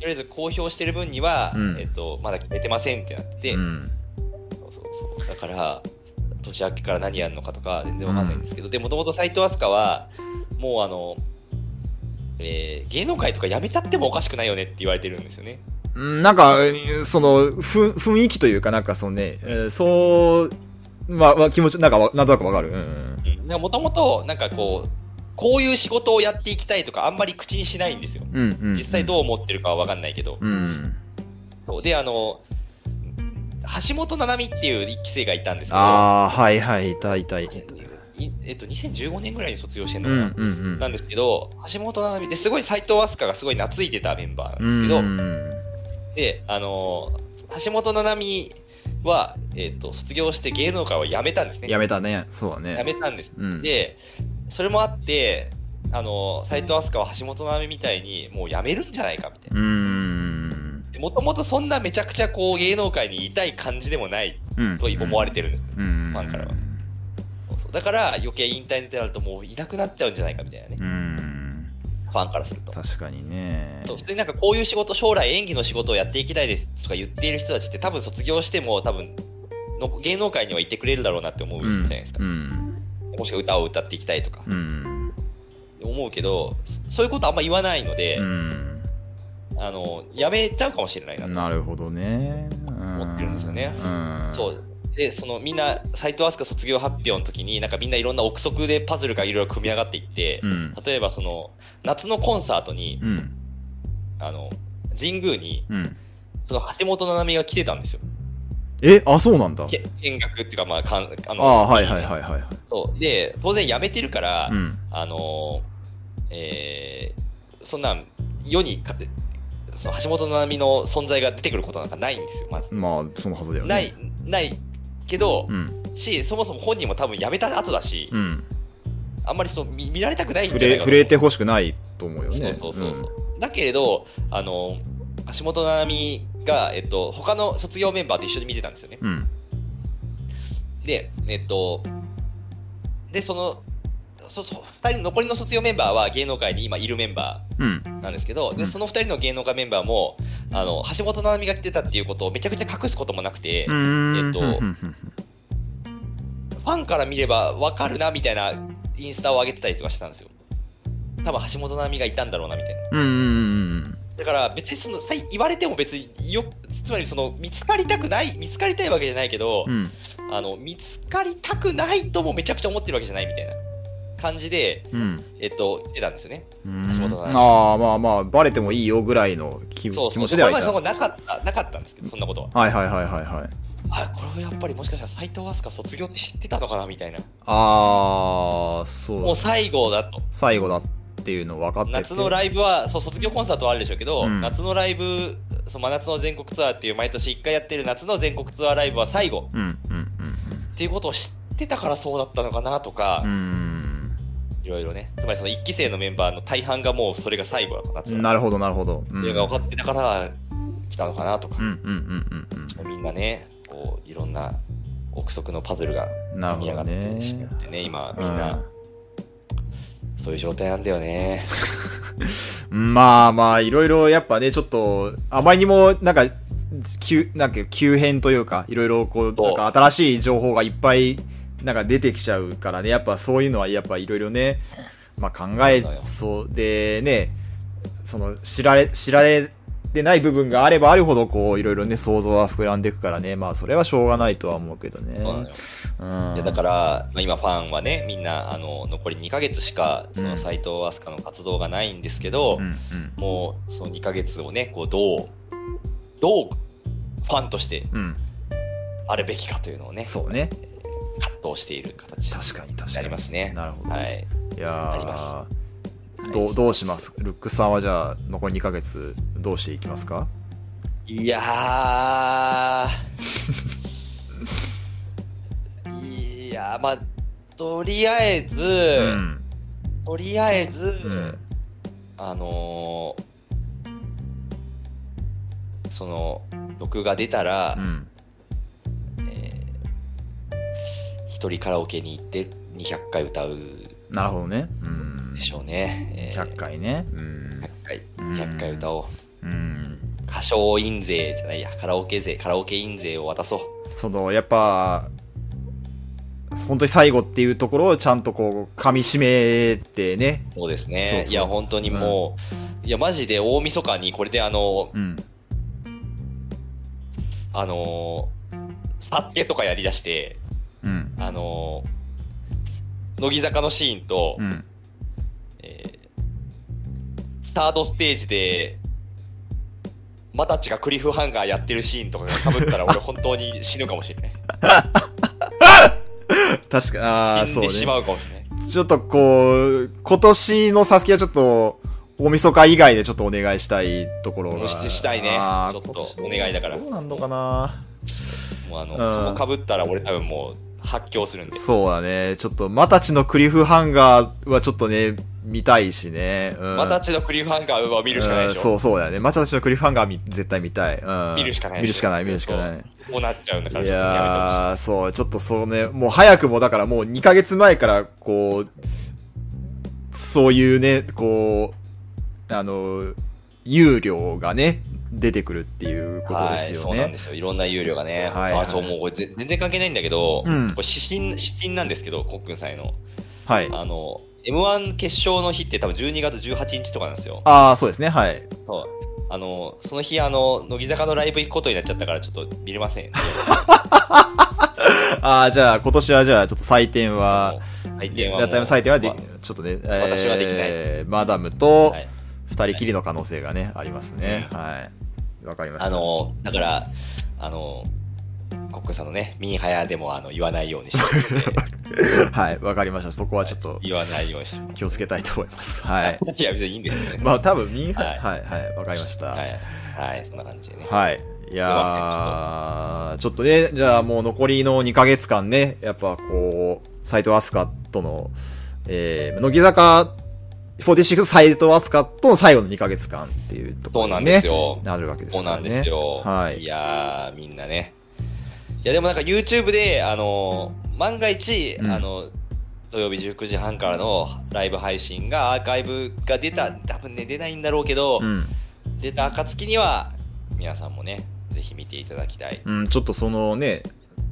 りあえず公表してる分には、
うん
えっと、まだ決めてませんってなって、
うん。
そうそうそうだから年明けから何やるのかとか全然わかんないんですけど、でもともと斎藤飛鳥はもうあの、えー芸能界とかやめちゃってもおかしくないよねって言われてるんですよね。
うんなんか、その、ふ雰囲気というか、なんかそのね、えーそう、まあ、まあ、気持ち、なんかわ、なんとなくわかる。うんうん。
もともとなんかこうこういう仕事をやっていきたいとかあんまり口にしないんですよ。
うんうん。
実際どう思ってるかはわかんないけど。
うん。
そうであの橋本七海っていう一期生がいたんですけど、
ああ、はいはい、痛い痛い。
いえっと、2015年ぐらいに卒業してる
う
の
んう
かな、
んうん。
なんですけど、橋本七海ってすごい斎藤飛鳥がすごい懐いてたメンバーなんですけど、
うんうん
で、あのー橋本七海は、えっと卒業して芸能界を辞めたんですね。
やめたね、そうだね。
辞めたんです。
うん
で、それもあって、あのー、斎藤飛鳥は橋本七海みたいにもう辞めるんじゃないかみたいうな。
ーん。
もともとそんなめちゃくちゃこう芸能界にいたい感じでもない
うん
と思われてるんです、
る、フ
ファンからはそうそうだから余計引退になってなるともういなくなっちゃうんじゃないかみたいなね
う、ん。
ファンからすると。
確かにね。
そう普通になんかこういう仕事将来演技の仕事をやっていきたいですとか言っている人たちって多分卒業しても多分の芸能界にはいてくれるだろうなって思うじゃないですか、
うん。
もしくは歌を歌っていきたいとか
うん。
思うけどそそういうことあんま言わないので、
うん。
あのやめちゃうかもしれないなと
なるほどね。
思
思
ってるんですよね
うん。
そうでそのみんな斎藤飛鳥卒業発表の時になんかみんないろんな憶測でパズルがいろいろ組み上がっていって、
うん。
例えばその夏のコンサートに
うん。
あの神宮に
うん。
その橋本七海が来てたんですよ
え、あ、そうなんだ。
け見学っていうかまあかんあ
ああ、はいはいはいはいはい。
そうで当然辞めてるから、
うん。
あのーえーそんなん世にかその橋本七海の存在が出てくることなんかないんですよまず、
まあ、そのはずだよね。
ない。ないけど
う、ん。
しそもそも本人も多分辞めた後だし、
うん。
あんまりその見見られたくないん
触
じゃな
れ
いか
触れてほしくないと思うよね。
そうそうそうそう、だけれどあの橋本七海が、えっと、他の卒業メンバーと一緒に見てたんですよね
うん。うん。
で、えっと、で、その、そそ2人の残りの卒業メンバーは芸能界に今いるメンバ
うん。
ーなんですけど、
う
で
ん
その2人の芸能界メンバーもあの橋本七海が来てたっていうことをめちゃくちゃ隠すこともなくて、
う
フ
ん
えっと
うん
ァンから見れば分かるなみたいなインスタを上げてたりとかしたんですよ。多分橋本七海がいたんだろうなみたいな。
うんうん。
だから別にそのさい言われても別によ、つまりその見つかりたくない、見つかりたいわけじゃないけど、
うん。
あの見つかりたくないともめちゃくちゃ思ってるわけじゃないみたいな感じで、
うん。
えっと、出たんですよね。
うん
橋本さん
ああ、まあまあ、バレてもいいよぐらいの気気
そうそう
持ち
そ
で
こ
は
れ
いた。
までそこ
は
なかった、なかったんですけど、そんなことは。
いはいはいはいはい。
あ、これはやっぱりもしかしたら斎藤飛鳥卒業って知ってたのかなみたいな。
ああ、そう
もう最後だと。
最後だっていうの分かってて
夏のライブは、そう、卒業コンサートはあるでしょうけど、
うん
夏のライブ、その真夏の全国ツアーっていう毎年1回やってる夏の全国ツアーライブは最後
うんうん
っていうことを知ってたからそうだったのかなとか
うんう、ん。
いろいろね。つまりその1期生のメンバーの大半がもうそれが最後だと、夏
うん。
の。
なるほどなるほど。うん
っていうのが分かってたから来たのかなとか
うんう。んうんうん
みんなね、こう、いろんな憶測のパズルが
うん。なる
見
ほ
やが
ど
って
ね。
しまってね、今、み
うん
な、そういう状態なんだよね。
まあまあ、いろいろやっぱね、ちょっと、あまりにも、なんか、急、なんか急変というか、いろいろこう、
そう
なんか新しい情報がいっぱい、なんか出てきちゃうからね、やっぱそういうのは、やっぱいろいろね、まあ考え
そうだよ、
そうでね、その、知られ、知られてない部分があればあるほど、こう、いろいろね、想像は膨らんでいくからね、まあそれはしょうがないとは思うけどね。
そうなのよ
うん
いやだから、まあ、今、ファンはね、みんな、あの、残り2ヶ月しか、そうの、
ん
斎藤飛鳥の活動がないんですけど、
うん
もう、その2ヶ月をね、こう、どう、どう、ファンとして
うん。うん。
あるべきかというのをね、
そうね。
葛藤している形に
確かに確かに。
なりますね。
なるほど。
はい。
いやー
あります
どうどうしますルックスさんはじゃあ残り2ヶ月どうしていきますか
いや
[laughs]
ーいやーまあとりあえず、
うん。
とりあえず、
うん。
あのーその録画出たら、
うん。
えー一人カラオケに行って200回歌う
なるほどね。うん
で。しょうね、えー
100回ね。うん
100。回
うん
100回歌おう
うん。
歌唱印税じゃないやカラオケ税カラオケ印税を渡そう
そのやっぱ本当に最後っていうところをちゃんとこう噛み締めてね
そうです
そ
ね
うそう
いや本当にもう、いやマジで大晦日にこれであの
うん。
あのーサッケとかやりだして
うん。
あのー乃木坂のシーンと、
うん。
えースタートステージで、マタッチがクリフハンガーやってるシーンとかが被ったら、俺、本当に死ぬかもしれない。
確か [laughs] ああ
死
そ
ん
う
で
ね
しまうかもしれない。
ちょっとこう今年のサスケはちょっと大晦日以外でちょっとお願いしたいところが
露出したいね
あー
ちょっと
今年どう
お願いだから
どうなんのかな
もうあの、
うん
そこ被ったら、俺、多分もう発狂するんで。
そうだねちょっとマタチのクリフハンガーはちょっとね見たいしね、うん、
マタッチのクリフハンガーは見るしかないでし
う
ょ。
んそうそうだよねマタチのクリフハンガーみ絶対見たい、うん、
見るしかないで
見るしかない見るしかない
そうそうなっちゃうんだから、
い
そこにや
やー、そう、ちょっとそうね、もう早くもだからもう2ヶ月前から、こう、そういうね、こう、あの、有料がね、出てくるっていう
め
こ
てほし
とで
いはい、
す
そ
よ
う
ね。
なんですよ。いろんな有料がね。
はいはい
あそう、もうこれぜ全然関係ないんだけど、
うん
これ指針、指針なんですけど、コックンさんへの。
はい。
あの、M1 決勝の日って多分12月18日とかなんですよ。
ああ、そうですね、はい。
そうあの、その日、あの、乃木坂のライブ行くことになっちゃったから、ちょっと見れません。
ああ、じゃあ、今年はじゃあ、ちょっと採点は、
はい、
リ
電話
アルタイム採点はで
ま
ちょっとね、
私はできない
えーマダムと
はい
2人きりの可能性がね、ありますね。はい。わかりまし
あ
た。
あの、だから、あの、コックさんのね、ミンハヤでもあの言わないようにしてるんで、
[laughs] はい、わかりました。そこはちょっと
言わないようにしてま
気をつけたいと思います。はい。
す。いや、別にいいんですけどね。
まあ多分ミンハ
は
イ
い
はいはいわかりました
は
はい
い、はい、そんな感じでね。
いやーちょっとねじゃあもう残りの2ヶ月間ねやっぱこう斎藤飛鳥とのえー乃木坂46斎藤飛鳥との最後の2ヶ月間っていうとこ
そう
ろ
なん
に
で
ね
すよ。
なるわけです
そう
か
な
ら
ん
ね
ですよ。
はい
やー、みんなね。いや、でもなんか YouTube で、あのー、万が一、
うん
あの、土曜日19時半からのライブ配信が、アーカイブが出た、多分ね、出ないんだろうけど、
うん
出た暁には、皆さんもね、ぜひ見ていただきたい。
うんちょっとそのね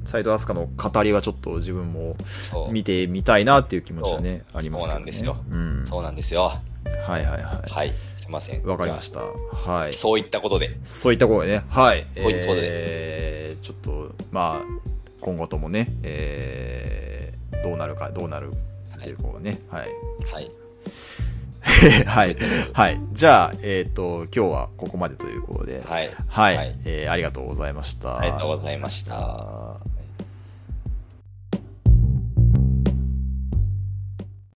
斎藤飛鳥の語りはちょっと自分も
そう。
見てみたいなっていう気持ちはね
そう
ありますけどね
そうなんですよ
うん
そうなんですよ。
はいはいはい
はい、すいません。
わかりましたはい
じゃあそういったことで、
そういったことでね、はい。
こういうことで
えーちょっと、まあ、今後ともね、えーどうなるか、どうなるっていうことをね、はい。 [laughs]
はい。
はい。はい。じゃあ、えっ、と、今日はここまでということで、
はい。
はい。
はい
えーありがとうございました。
ありがとうございました。
た。